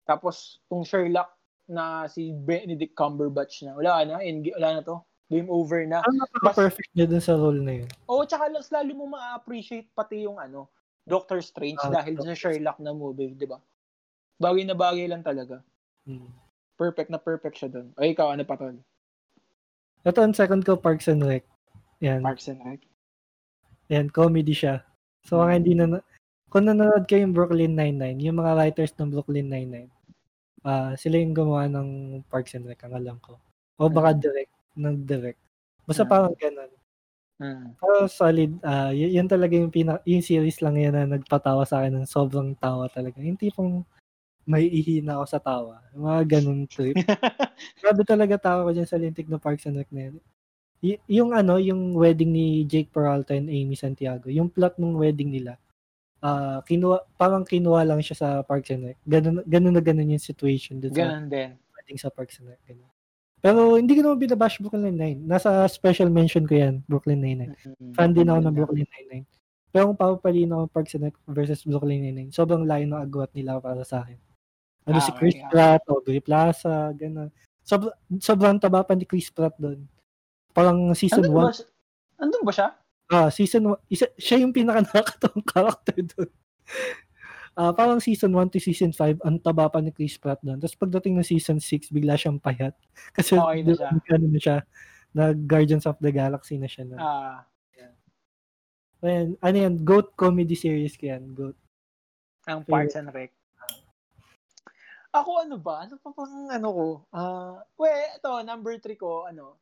[SPEAKER 1] Tapos yung Sherlock na si Benedict Cumberbatch na wala na, end, wala na to. Game over na.
[SPEAKER 2] Ang napaka-perfect niya dun sa role na yun.
[SPEAKER 1] Oh, tsaka lang lalo mo ma-appreciate pati yung ano, Doctor Strange
[SPEAKER 2] Ah,
[SPEAKER 1] dahil
[SPEAKER 2] Doctor
[SPEAKER 1] sa Sherlock na movie, di ba? Bagay na bagay lang talaga.
[SPEAKER 2] Hmm.
[SPEAKER 1] Perfect na perfect siya doon. Ay, ikaw, ano pa to?
[SPEAKER 2] Ito ang second ko, Parks and Rec. Yan.
[SPEAKER 1] Parks and Rec.
[SPEAKER 2] Yan, comedy siya. So, mga hindi na, Kung nanonood kayo yung Brooklyn Nine-Nine, yung mga writers ng Brooklyn Nine-Nine, ah sila yung gumawa ng Parks and Rec, ang alam ko. O baka direct, nag-direct. Basta
[SPEAKER 1] Mm.
[SPEAKER 2] parang ganun.
[SPEAKER 1] Mm.
[SPEAKER 2] Pero solid, ah y- yun talaga yung, pina- yung series lang yan na nagpatawa sa akin ng sobrang tawa talaga. Yung tipong may ihina ako sa tawa. Yung Mga ganun trip. Grabe talaga tawa ko dyan sa lintik ng Parks and Rec na yun. Y- yung ano, yung wedding ni Jake Peralta and Amy Santiago, yung plot ng wedding nila, ah kinuha, parang kinuha lang siya sa Parks and Rec. Ganun, ganun na ganun yung situation dun sa
[SPEAKER 1] Ganun din.
[SPEAKER 2] wedding sa Parks and Rec. Ganun. Pero hindi ko naman binabash Brooklyn Nine-Nine. Nasa special mention ko yan, Brooklyn Nine-Nine.
[SPEAKER 1] Mm.
[SPEAKER 2] Fan din ako ng Brooklyn Nine-Nine. Pero kung papapalin ako Parks and Rec versus Brooklyn Nine-Nine, sobrang layo ng agwat nila para sa akin. Ano
[SPEAKER 1] Ah,
[SPEAKER 2] si Chris
[SPEAKER 1] okay, okay.
[SPEAKER 2] Pratt, Aubrey Plaza, gano'n. Sobr- sobrang taba pa ni Chris Pratt doon. Parang season
[SPEAKER 1] Andun Ano ba,
[SPEAKER 2] 1.
[SPEAKER 1] si- andun ba siya?
[SPEAKER 2] Ah, season 1. Isa, siya yung pinaka nakakatawang character doon. Ah, parang season 1 to season 5, ang taba pa ni Chris Pratt doon. Tapos pagdating ng season 6, bigla siyang payat. Kasi
[SPEAKER 1] Okay na siya.
[SPEAKER 2] ano na siya, nag-Guardians of the Galaxy na siya. Na.
[SPEAKER 1] Ah,
[SPEAKER 2] Ayan, ano yan, GOAT comedy series ko yan, GOAT.
[SPEAKER 1] ang Parks and Rec. Ako ano ba? Ano pa pang ano ko? Ah, we, ito, number three ko, ano,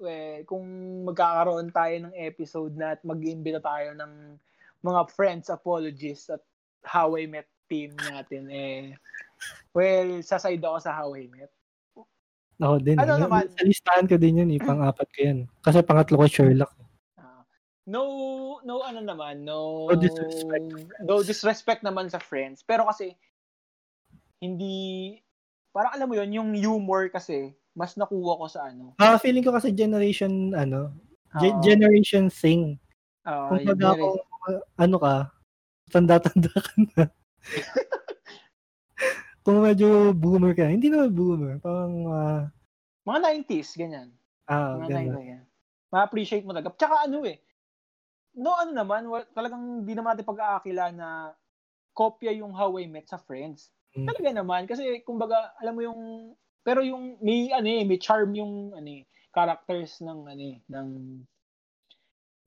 [SPEAKER 1] we, kung magkakaroon tayo ng episode na at mag-iimbita tayo ng mga friends apologies at How I Met team natin, eh, well, saside ako sa How I Met.
[SPEAKER 2] Ako din.
[SPEAKER 1] Ano
[SPEAKER 2] eh.
[SPEAKER 1] naman?
[SPEAKER 2] Sa listahan ko din yun, eh, pang-apat ko yan. Kasi pangatlo ko Sherlock.
[SPEAKER 1] Ah, no, no ano naman, no,
[SPEAKER 2] No disrespect
[SPEAKER 1] No disrespect naman sa friends. Pero kasi, hindi, parang alam mo yon yung humor kasi, mas nakuha ko sa ano.
[SPEAKER 2] Ah, feeling ko kasi generation, ano, ge-
[SPEAKER 1] ah,
[SPEAKER 2] generation thing.
[SPEAKER 1] ah,
[SPEAKER 2] Kung
[SPEAKER 1] yung
[SPEAKER 2] baga ako,
[SPEAKER 1] genera-
[SPEAKER 2] uh, ano ka, tanda-tanda ka na. Kung medyo boomer ka, hindi naman boomer, parang, ah,
[SPEAKER 1] mga 90s, ganyan.
[SPEAKER 2] ah,
[SPEAKER 1] mga
[SPEAKER 2] ganun.
[SPEAKER 1] 90s, ganyan. Ma-appreciate mo talaga. Tsaka ano eh, no ano naman, wa- talagang di naman natin pag-aakila na kopya yung How I Met sa Friends.
[SPEAKER 2] Mm.
[SPEAKER 1] Talaga naman. Kasi, kumbaga, alam mo yung, pero yung, may, ano eh, may charm yung, ano eh, characters ng, ano eh, ng,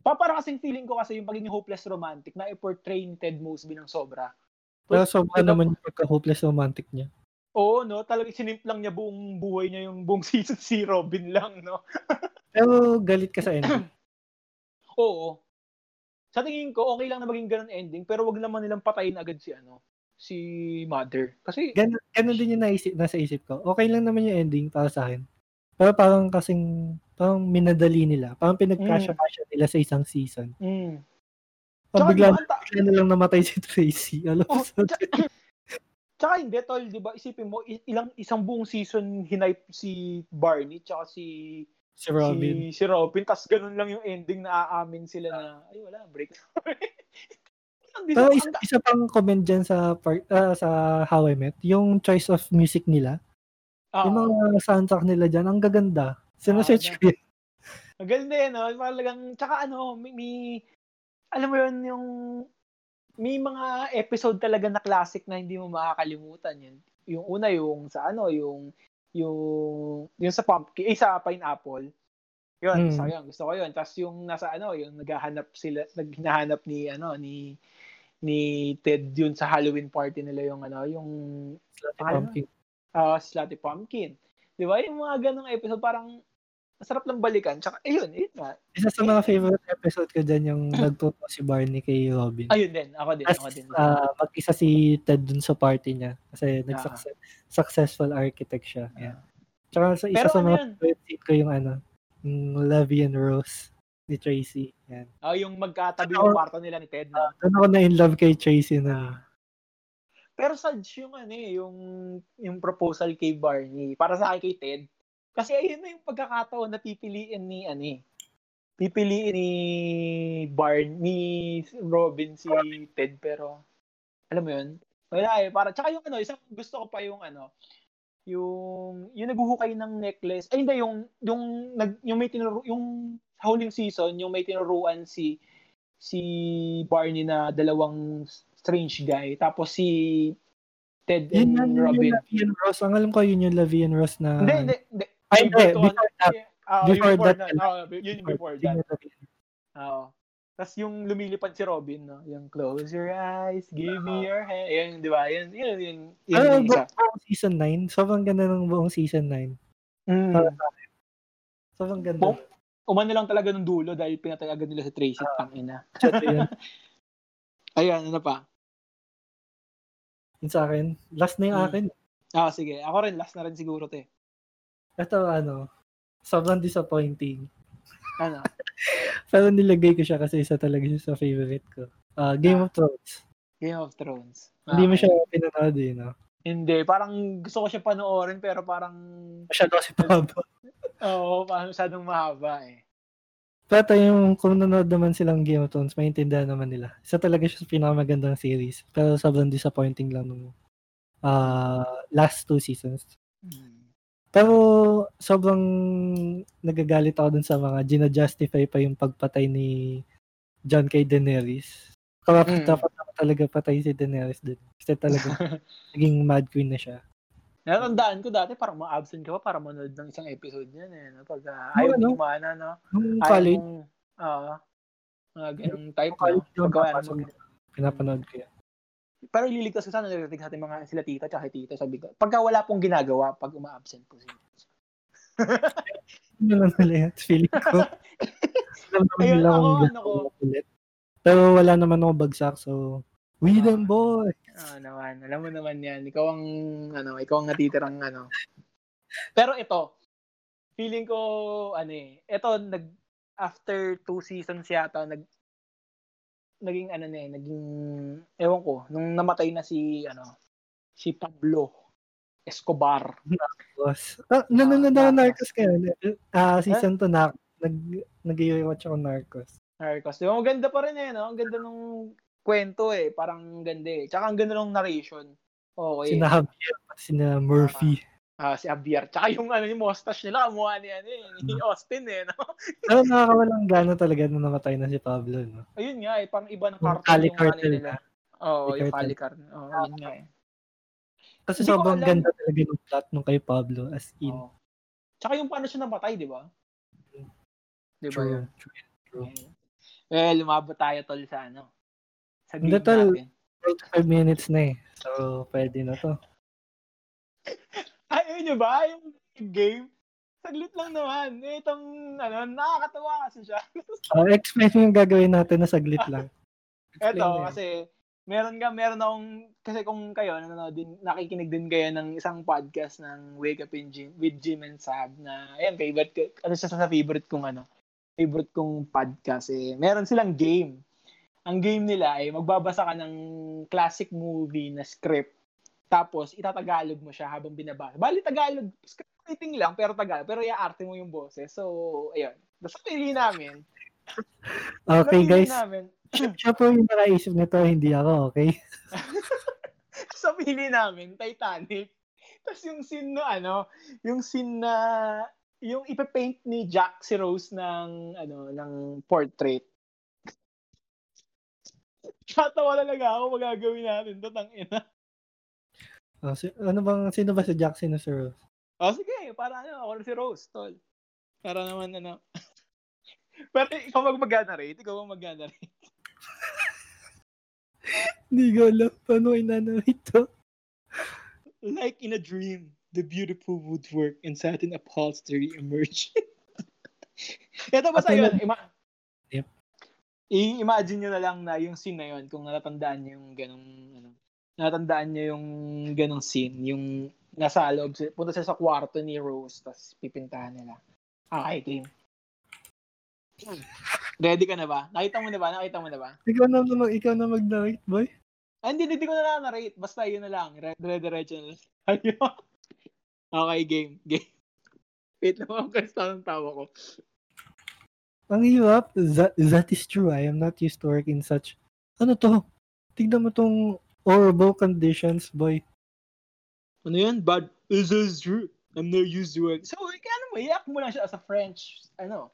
[SPEAKER 1] pa, para kasing feeling ko kasi yung pagiging hopeless romantic na i-portray ni Ted Mosby ng sobra.
[SPEAKER 2] Pero sobra
[SPEAKER 1] Diba-
[SPEAKER 2] naman yung pagka-hopeless romantic niya.
[SPEAKER 1] Oo, no? Talagang sinimp lang niya buong buhay niya yung buong season si Robin lang, no?
[SPEAKER 2] Pero galit ka sa ending.
[SPEAKER 1] Oo. Sa tingin ko, okay lang na maging ganun ending, pero wag naman nilang patayin agad si, ano, si Mother. Kasi,
[SPEAKER 2] Ganun, ganun din yung naisip, nasa isip ko. Okay lang naman yung ending para sa akin. Pero parang kasing, parang minadali nila. Parang pinagkasya-kasya nila sa isang season.
[SPEAKER 1] mm. Tsaka,
[SPEAKER 2] Parang
[SPEAKER 1] di
[SPEAKER 2] bigla
[SPEAKER 1] ba, ang ta-
[SPEAKER 2] Kaya na lang namatay si Tracy. Alam mo
[SPEAKER 1] Oh,
[SPEAKER 2] sa
[SPEAKER 1] tsa- Tsaka hindi, tol, di ba, isipin mo, i- ilang, isang buong season hinipe si Barney, tsaka si,
[SPEAKER 2] si
[SPEAKER 1] si,
[SPEAKER 2] Robin.
[SPEAKER 1] si Robin, tas ganun lang yung ending na aamin sila na, ay wala, break. Ang
[SPEAKER 2] Pero
[SPEAKER 1] dis-
[SPEAKER 2] isa, isa pang comment dyan sa, part, ah, sa How I Met, yung choice of music nila,
[SPEAKER 1] ang-
[SPEAKER 2] yung
[SPEAKER 1] ah,
[SPEAKER 2] mga soundtrack nila dyan, ang gaganda. Sinasearch
[SPEAKER 1] Ah,
[SPEAKER 2] ko yun.
[SPEAKER 1] Ang ganda yun, no? Talagang, tsaka ano, may, may- alam mo yun, yung, may mga episode talaga na classic na hindi mo makakalimutan yun. Yung una, yung sa ano, yung, yung, yung sa pumpkin, eh, sa pineapple. Yun,
[SPEAKER 2] Mm.
[SPEAKER 1] isa yun, gusto ko yun. Tapos yung nasa ano, yung naghahanap sila, naghinahanap ni, ano, ni, ni Ted yun sa Halloween party nila yung ano, yung
[SPEAKER 2] Slutty
[SPEAKER 1] Ano?
[SPEAKER 2] Pumpkin.
[SPEAKER 1] ah Slutty Pumpkin. Di ba? Yung mga ganong episode, parang masarap lang balikan. Tsaka, ayun, yun nga,
[SPEAKER 2] Isa sa mga favorite episode ko dyan yung nagtuto si Barney kay Robin.
[SPEAKER 1] Ayun din, ako din,
[SPEAKER 2] As,
[SPEAKER 1] ako din.
[SPEAKER 2] ah, mag-isa si Ted dun sa party niya kasi
[SPEAKER 1] Ah.
[SPEAKER 2] nag-success successful architect siya. Yeah. Tsaka sa isa
[SPEAKER 1] Pero
[SPEAKER 2] sa
[SPEAKER 1] ano
[SPEAKER 2] mga
[SPEAKER 1] yun?
[SPEAKER 2] favorite scene ko yung ano, yung Lovey and Rose ni Tracy. Yan.
[SPEAKER 1] Ah, yung magkatabi
[SPEAKER 2] Ako-
[SPEAKER 1] yung kwarto nila ni Ted. No?
[SPEAKER 2] Doon ako na in love kay
[SPEAKER 1] Ah.
[SPEAKER 2] Tracy na.
[SPEAKER 1] Pero such yung ano eh, yung, yung proposal kay Barney, para sa akin kay Ted. Kasi ayun na yung pagkakataon na pipiliin ni, ano eh, pipiliin ni Barney, Robin, si Ted, pero, alam mo yun? Wala eh, para, tsaka yung ano, isang gusto ko pa yung ano, yung, yung naguhukay ng necklace, ay hindi, yung, yung, nag, yung may tinuro, yung sa huling season, yung may tinuruan si, si Barney na dalawang strange guy, tapos si Ted and
[SPEAKER 2] Yun na yun
[SPEAKER 1] Robin.
[SPEAKER 2] yung Lovey and Rose. Ang alam ko yun yung Lovey and Rose na
[SPEAKER 1] Hindi, hindi, hindi.
[SPEAKER 2] Ay,
[SPEAKER 1] Yung
[SPEAKER 2] hindi,
[SPEAKER 1] Barton-
[SPEAKER 2] before that.
[SPEAKER 1] Ah,
[SPEAKER 2] Before
[SPEAKER 1] before
[SPEAKER 2] that
[SPEAKER 1] that.
[SPEAKER 2] pala.
[SPEAKER 1] Ah, yun yung before that.
[SPEAKER 2] Yun yung Lovey and Rose.
[SPEAKER 1] Oo. Tapos yung lumilipad si Robin, no? Yung close your eyes, give me your hand. Yan, di ba? Yan, yun, yun. yun yung
[SPEAKER 2] Ano ba
[SPEAKER 1] isa.
[SPEAKER 2] buong season 9? Sobrang ganda ng buong season 9.
[SPEAKER 1] Mm.
[SPEAKER 2] Sobrang ganda.
[SPEAKER 1] Buong- Umano lang talaga ng dulo dahil pinatay agad nila si Tracy,
[SPEAKER 2] Ah.
[SPEAKER 1] pang ina.
[SPEAKER 2] Shot yun.
[SPEAKER 1] Ayan, ano pa?
[SPEAKER 2] Yun sa akin. Last na
[SPEAKER 1] Hmm.
[SPEAKER 2] yung akin.
[SPEAKER 1] Ah, sige. Ako rin, last na rin siguro, eh. te.
[SPEAKER 2] Ito ano, sobrang disappointing.
[SPEAKER 1] Ano?
[SPEAKER 2] Pero nilagay ko siya kasi isa talaga siya sa favorite ko. Ah, Game of Thrones.
[SPEAKER 1] Game of Thrones.
[SPEAKER 2] Hindi mo
[SPEAKER 1] Ah, Okay.
[SPEAKER 2] siya pinanood eh, no?
[SPEAKER 1] Hindi, parang gusto ko siya panoorin pero parang
[SPEAKER 2] Masyado kasi pababa.
[SPEAKER 1] oo, parang masyadong mahaba eh.
[SPEAKER 2] Pero yung kung nanood naman silang Game of Thrones, maintindihan naman nila. Isa talaga siya sa pinakamagandang series. Pero sobrang disappointing lang nung ah, last two seasons.
[SPEAKER 1] Mm.
[SPEAKER 2] Pero sobrang nagagalit ako dun sa mga gina-justify pa yung pagpatay ni John kay Daenerys.
[SPEAKER 1] Mm.
[SPEAKER 2] Dapat dapat naman talaga patay si Daenerys dun. Kasi talaga naging mad queen na siya.
[SPEAKER 1] Natandaan ko dati parang ma-absent ka pa para manood ng isang episode niyan eh. No? Pag ah,
[SPEAKER 2] Oo,
[SPEAKER 1] ayaw
[SPEAKER 2] Ano, no?
[SPEAKER 1] mo kumana, no?
[SPEAKER 2] Nung
[SPEAKER 1] Ayaw
[SPEAKER 2] college,
[SPEAKER 1] mong, oo, ah, mga ganong type,
[SPEAKER 2] nung college
[SPEAKER 1] no?
[SPEAKER 2] yun,
[SPEAKER 1] Pagkawa na
[SPEAKER 2] napasok- pinapanood ko yan.
[SPEAKER 1] Pero ililigtas ko sana, nagtatig sa ating mga sila tita tsaka tito, sabi ko. Pagka wala pong ginagawa, pag uma-absent po sila.
[SPEAKER 2] Hindi lang nila yan. Feeling ko. Alam naman
[SPEAKER 1] Ayun,
[SPEAKER 2] nila
[SPEAKER 1] ako,
[SPEAKER 2] kung
[SPEAKER 1] ano ko.
[SPEAKER 2] gano'n ulit. Pero wala naman ako bagsak, so
[SPEAKER 1] Ah.
[SPEAKER 2] we them boy!
[SPEAKER 1] Oo Ah, naman, alam mo naman yan. Ikaw ang, ano, ikaw ang natitirang, ano. Pero ito, feeling ko, ano eh, ito, nag, after two seasons yata, nag, naging, ano na eh, naging, ewan ko, nung namatay na si, ano, si Pablo Escobar.
[SPEAKER 2] Boss. Ah, nanonood ako ng
[SPEAKER 1] Narcos.
[SPEAKER 2] Narcos kayo.
[SPEAKER 1] Eh?
[SPEAKER 2] Ah, season 2 na. Nag, nag-i-watch ako ng Narcos.
[SPEAKER 1] Narcos. Diba, ang ganda pa rin eh, no? Ang ganda nung kwento eh. Parang ganda eh. Tsaka ang ganda nung narration. Okay.
[SPEAKER 2] Sina Javier, pati sina Murphy.
[SPEAKER 1] Ah, si Javier. Tsaka yung ano, yung mustache nila, kamuha ni, ano, eh,
[SPEAKER 2] Mm.
[SPEAKER 1] ni Austin eh. No?
[SPEAKER 2] Pero nakakawalang gana talaga nung namatay na si Pablo, no?
[SPEAKER 1] Ayun nga eh, pang iba ng
[SPEAKER 2] Yung
[SPEAKER 1] cartoon
[SPEAKER 2] Cali
[SPEAKER 1] yung ano
[SPEAKER 2] Cartel
[SPEAKER 1] nila.
[SPEAKER 2] na.
[SPEAKER 1] Oo,
[SPEAKER 2] Cali
[SPEAKER 1] yung
[SPEAKER 2] Cartel.
[SPEAKER 1] Cali Cartel. Oo, oh, yun nga eh.
[SPEAKER 2] Kasi
[SPEAKER 1] Hindi ko
[SPEAKER 2] sobrang
[SPEAKER 1] alam. Oh,
[SPEAKER 2] ganda talaga ng plot nung kay Pablo, as in.
[SPEAKER 1] Oo. Tsaka yung paano siya namatay, di ba? Di ba yun?
[SPEAKER 2] true. true. true.
[SPEAKER 1] Eh, lumabot tayo tol sa ano. Sa game
[SPEAKER 2] Hindi, tol.
[SPEAKER 1] natin.
[SPEAKER 2] 35 minutes na eh. So, pwede na to.
[SPEAKER 1] Ay, yun yun ba? Yung game? Saglit lang naman. Eh, itong, ano, nakakatawa kasi siya.
[SPEAKER 2] Ah, explain mo yung gagawin natin na saglit lang. Explain mo
[SPEAKER 1] Eto,
[SPEAKER 2] yun.
[SPEAKER 1] kasi meron ka, meron akong, kasi kung kayo, nanonood din, nakikinig din kayo ng isang podcast ng Wake Up in Jim, with Jim and Sab na, ayan, favorite, ko- ano siya sa favorite kong ano, favorite kong podcast eh, meron silang game. Ang game nila ay magbabasa ka ng classic movie na script, tapos itatagalog mo siya habang binabasa. Bali, Tagalog, script writing lang, pero Tagalog, pero iaarte mo yung boses. So, ayun. Basta pili namin.
[SPEAKER 2] Okay,
[SPEAKER 1] Napili
[SPEAKER 2] guys.
[SPEAKER 1] Namin,
[SPEAKER 2] Siya siya po yung nakaisip nito, hindi ako, okay?
[SPEAKER 1] sa pili namin, Titanic. Tapos yung scene na ano, yung scene na yung ipapaint ni Jack si Rose ng ano ng portrait. Tatawa talaga ako magagawin natin to tang ina.
[SPEAKER 2] Ah, si- ano bang, sino ba si Jack, sino si Rose?
[SPEAKER 1] O sige, para ano, ako na si Rose, tol. Para naman ano. Pero ikaw mag mag-narrate, ikaw mag narrate
[SPEAKER 2] Hindi ko alam paano inano ito.
[SPEAKER 1] Like in a dream, the beautiful woodwork and satin upholstery emerge. Ito ba
[SPEAKER 2] At
[SPEAKER 1] sa'yo?
[SPEAKER 2] yun-
[SPEAKER 1] Ima-
[SPEAKER 2] Yep.
[SPEAKER 1] I-imagine nyo na lang na yung scene na yun, kung natatandaan nyo yung ganong, ano, natatandaan nyo yung ganong scene, yung nasa loob, si- punta siya sa kwarto ni Rose, tapos pipintahan nila. Ah, Okay, game. Hmm. Ready ka na ba? Nakita mo na ba? Nakita mo na ba?
[SPEAKER 2] Ikaw na, mag- ikaw na mag-narrate, boy.
[SPEAKER 1] Ah, hindi, hindi ko na narrate. Basta yun na lang. Re- Dire-diretso na lang. Ayun. okay, game. Game. Wait lang, ang kasta ng tawa ko.
[SPEAKER 2] Ang hirap. That, that is true. I am not used to work in such... Ano to? Tignan mo tong horrible conditions, boy.
[SPEAKER 1] Ano yun? Bad. This is true. I'm not used to it. So, eh, ano mo, iyak mo lang siya sa French, ano,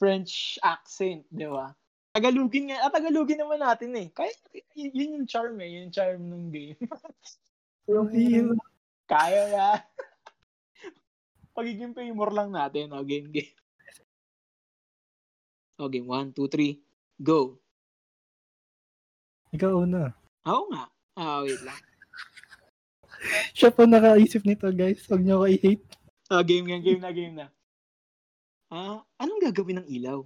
[SPEAKER 1] French accent, di ba? Tagalogin nga. Ah, Tagalogin naman natin eh. Kaya, y- yun yung charm eh. Yun yung charm ng game.
[SPEAKER 2] Ang hirap.
[SPEAKER 1] Kaya nga. Pagiging pay more lang natin. O, game, game. O, game. Oh, One, two, three. Go.
[SPEAKER 2] Ikaw una.
[SPEAKER 1] Oo nga. Ah, wait lang.
[SPEAKER 2] Siya po nakaisip nito, guys. Huwag niyo ako i-hate.
[SPEAKER 1] Ah, game na, game na, game na. Ah, anong gagawin ng ilaw?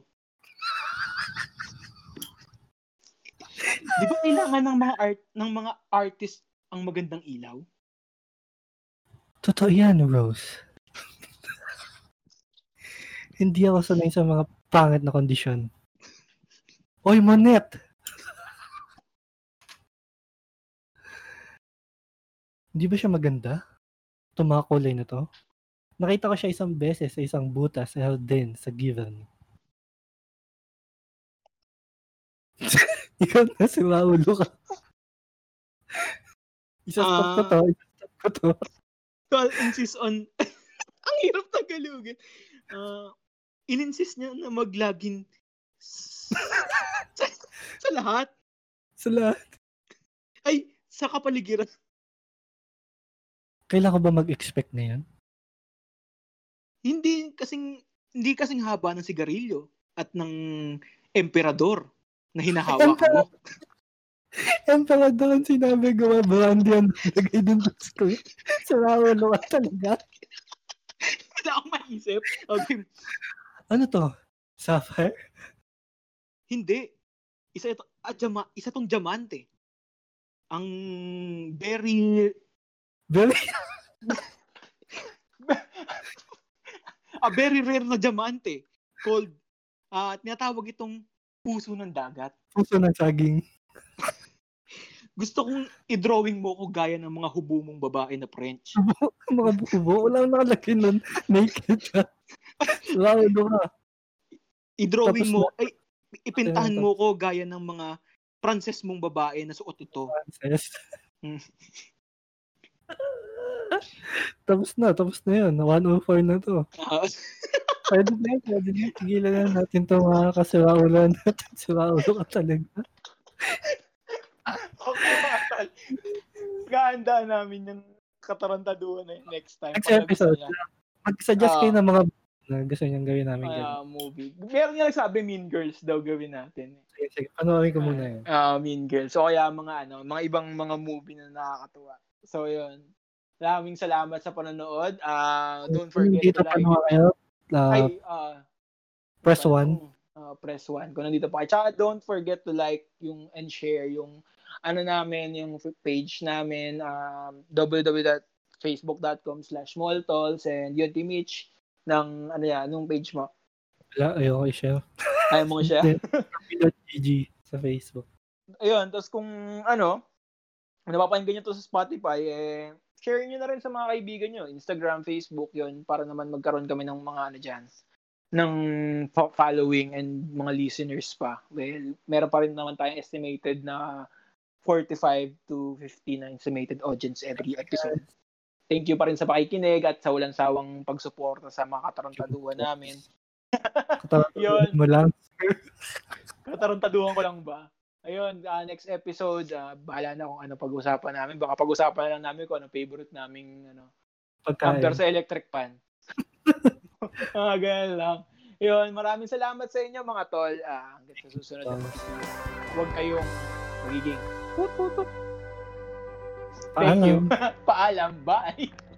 [SPEAKER 1] Di ba kailangan ng mga art ng mga artist ang magandang ilaw?
[SPEAKER 2] Totoo yan, Rose. Hindi ako sanay sa mga pangit na kondisyon. Oy, Monet! Hindi ba siya maganda? Ito mga kulay na to. Nakita ko siya isang beses sa isang butas sa din sa Given. Ikaw na sila ulo ka. Isa-stop ko to. Isa-stop ko to.
[SPEAKER 1] Tol insist on ang hirap tagalogin. Ah, ininsist niya na mag-login s- sa, sa lahat.
[SPEAKER 2] Sila.
[SPEAKER 1] Ay, sa kapaligiran.
[SPEAKER 2] Kailan ko ba mag-expect na yan?
[SPEAKER 1] Hindi kasing hindi kasing haba ng sigarilyo at ng emperador na hinahawak mo.
[SPEAKER 2] Ang pala doon sinabi gawa brandy ang nalagay dun sa school. Sarawa naman talaga.
[SPEAKER 1] Wala akong maisip. Okay.
[SPEAKER 2] Ano to? Sapphire?
[SPEAKER 1] Hindi. Isa ito, ah, diama, isa tong diamante. Ang very
[SPEAKER 2] Very,
[SPEAKER 1] a Ah, very rare na diamante called at tinatawag itong puso ng dagat.
[SPEAKER 2] puso ng saging.
[SPEAKER 1] Gusto kong i-drawing mo ko gaya ng mga hubo mong babae na French.
[SPEAKER 2] Mga bubo. Wala akong nakalagay nun. Naked ka. Sarawa ka.
[SPEAKER 1] I-drawing
[SPEAKER 2] Tapos
[SPEAKER 1] mo, ay, ipintahan mo ko gaya ng mga Frances mong babae na suot ito.
[SPEAKER 2] Princess.
[SPEAKER 1] Hmm.
[SPEAKER 2] tapos na. Tapos na yun. 104 na to.
[SPEAKER 1] Ah,
[SPEAKER 2] Pwede na yun. Pwede na. yun. Tigilan na natin to mga kasiraulo natin. Siraulo ka talaga.
[SPEAKER 1] okay, Matal. Gaanda namin yung katarantaduhan na yun next time.
[SPEAKER 2] Next
[SPEAKER 1] Pag
[SPEAKER 2] episode.
[SPEAKER 1] gusto niya.
[SPEAKER 2] Mag-suggest
[SPEAKER 1] Ah.
[SPEAKER 2] kayo ng mga na gusto niyang gawin namin ganun.
[SPEAKER 1] Ah, movie. Meron nga nagsabi Mean Girls daw gawin natin. eh.
[SPEAKER 2] Sige, sige. Panoorin ko muna yun.
[SPEAKER 1] Ah, Mean Girls. So kaya mga ano, mga ibang mga movie na nakakatuwa. So yun. Maraming salamat sa panonood. Ah, don't
[SPEAKER 2] Kung
[SPEAKER 1] forget to
[SPEAKER 2] Dito pa
[SPEAKER 1] like.
[SPEAKER 2] naman kayo. ah,
[SPEAKER 1] Ay, ah,
[SPEAKER 2] press
[SPEAKER 1] Ano,
[SPEAKER 2] 1.
[SPEAKER 1] uh, press 1. Kung nandito pa. kayo. Tsaka don't forget to like yung and share yung ano namin, yung f- page namin, um, www.facebook.com slash smalltalls and yun, Team Mitch, ng ano yan, nung page mo.
[SPEAKER 2] Wala, ayoko i-share.
[SPEAKER 1] Ayaw mo ko siya.
[SPEAKER 2] Pinoy.gg sa Facebook.
[SPEAKER 1] Ayun, tapos kung ano, napapakinggan nyo to sa Spotify, eh, share nyo na rin sa mga kaibigan nyo. Instagram, Facebook, yon para naman magkaroon kami ng mga ano dyan, ng fo- following and mga listeners pa. Well, meron pa rin naman tayong estimated na 45 to 50 na estimated audience every episode. Thank you pa rin sa pakikinig at sa walang sawang pagsuporta sa mga katarantaduhan namin. Yun.
[SPEAKER 2] Katawan mo lang.
[SPEAKER 1] Katarantaduhan ko lang ba? Ayun, ah, next episode, ah, bahala na kung ano pag-usapan namin. Baka pag-usapan na lang namin kung ano favorite naming ano, camper
[SPEAKER 2] Pagkain.
[SPEAKER 1] sa electric pan. Mga ganyan lang. Yun, maraming salamat sa inyo mga tol. Ah, hanggang sa susunod na episode. Huwag kayong magiging put, put, put. Thank you.
[SPEAKER 2] Paalam.
[SPEAKER 1] Paalam. Bye.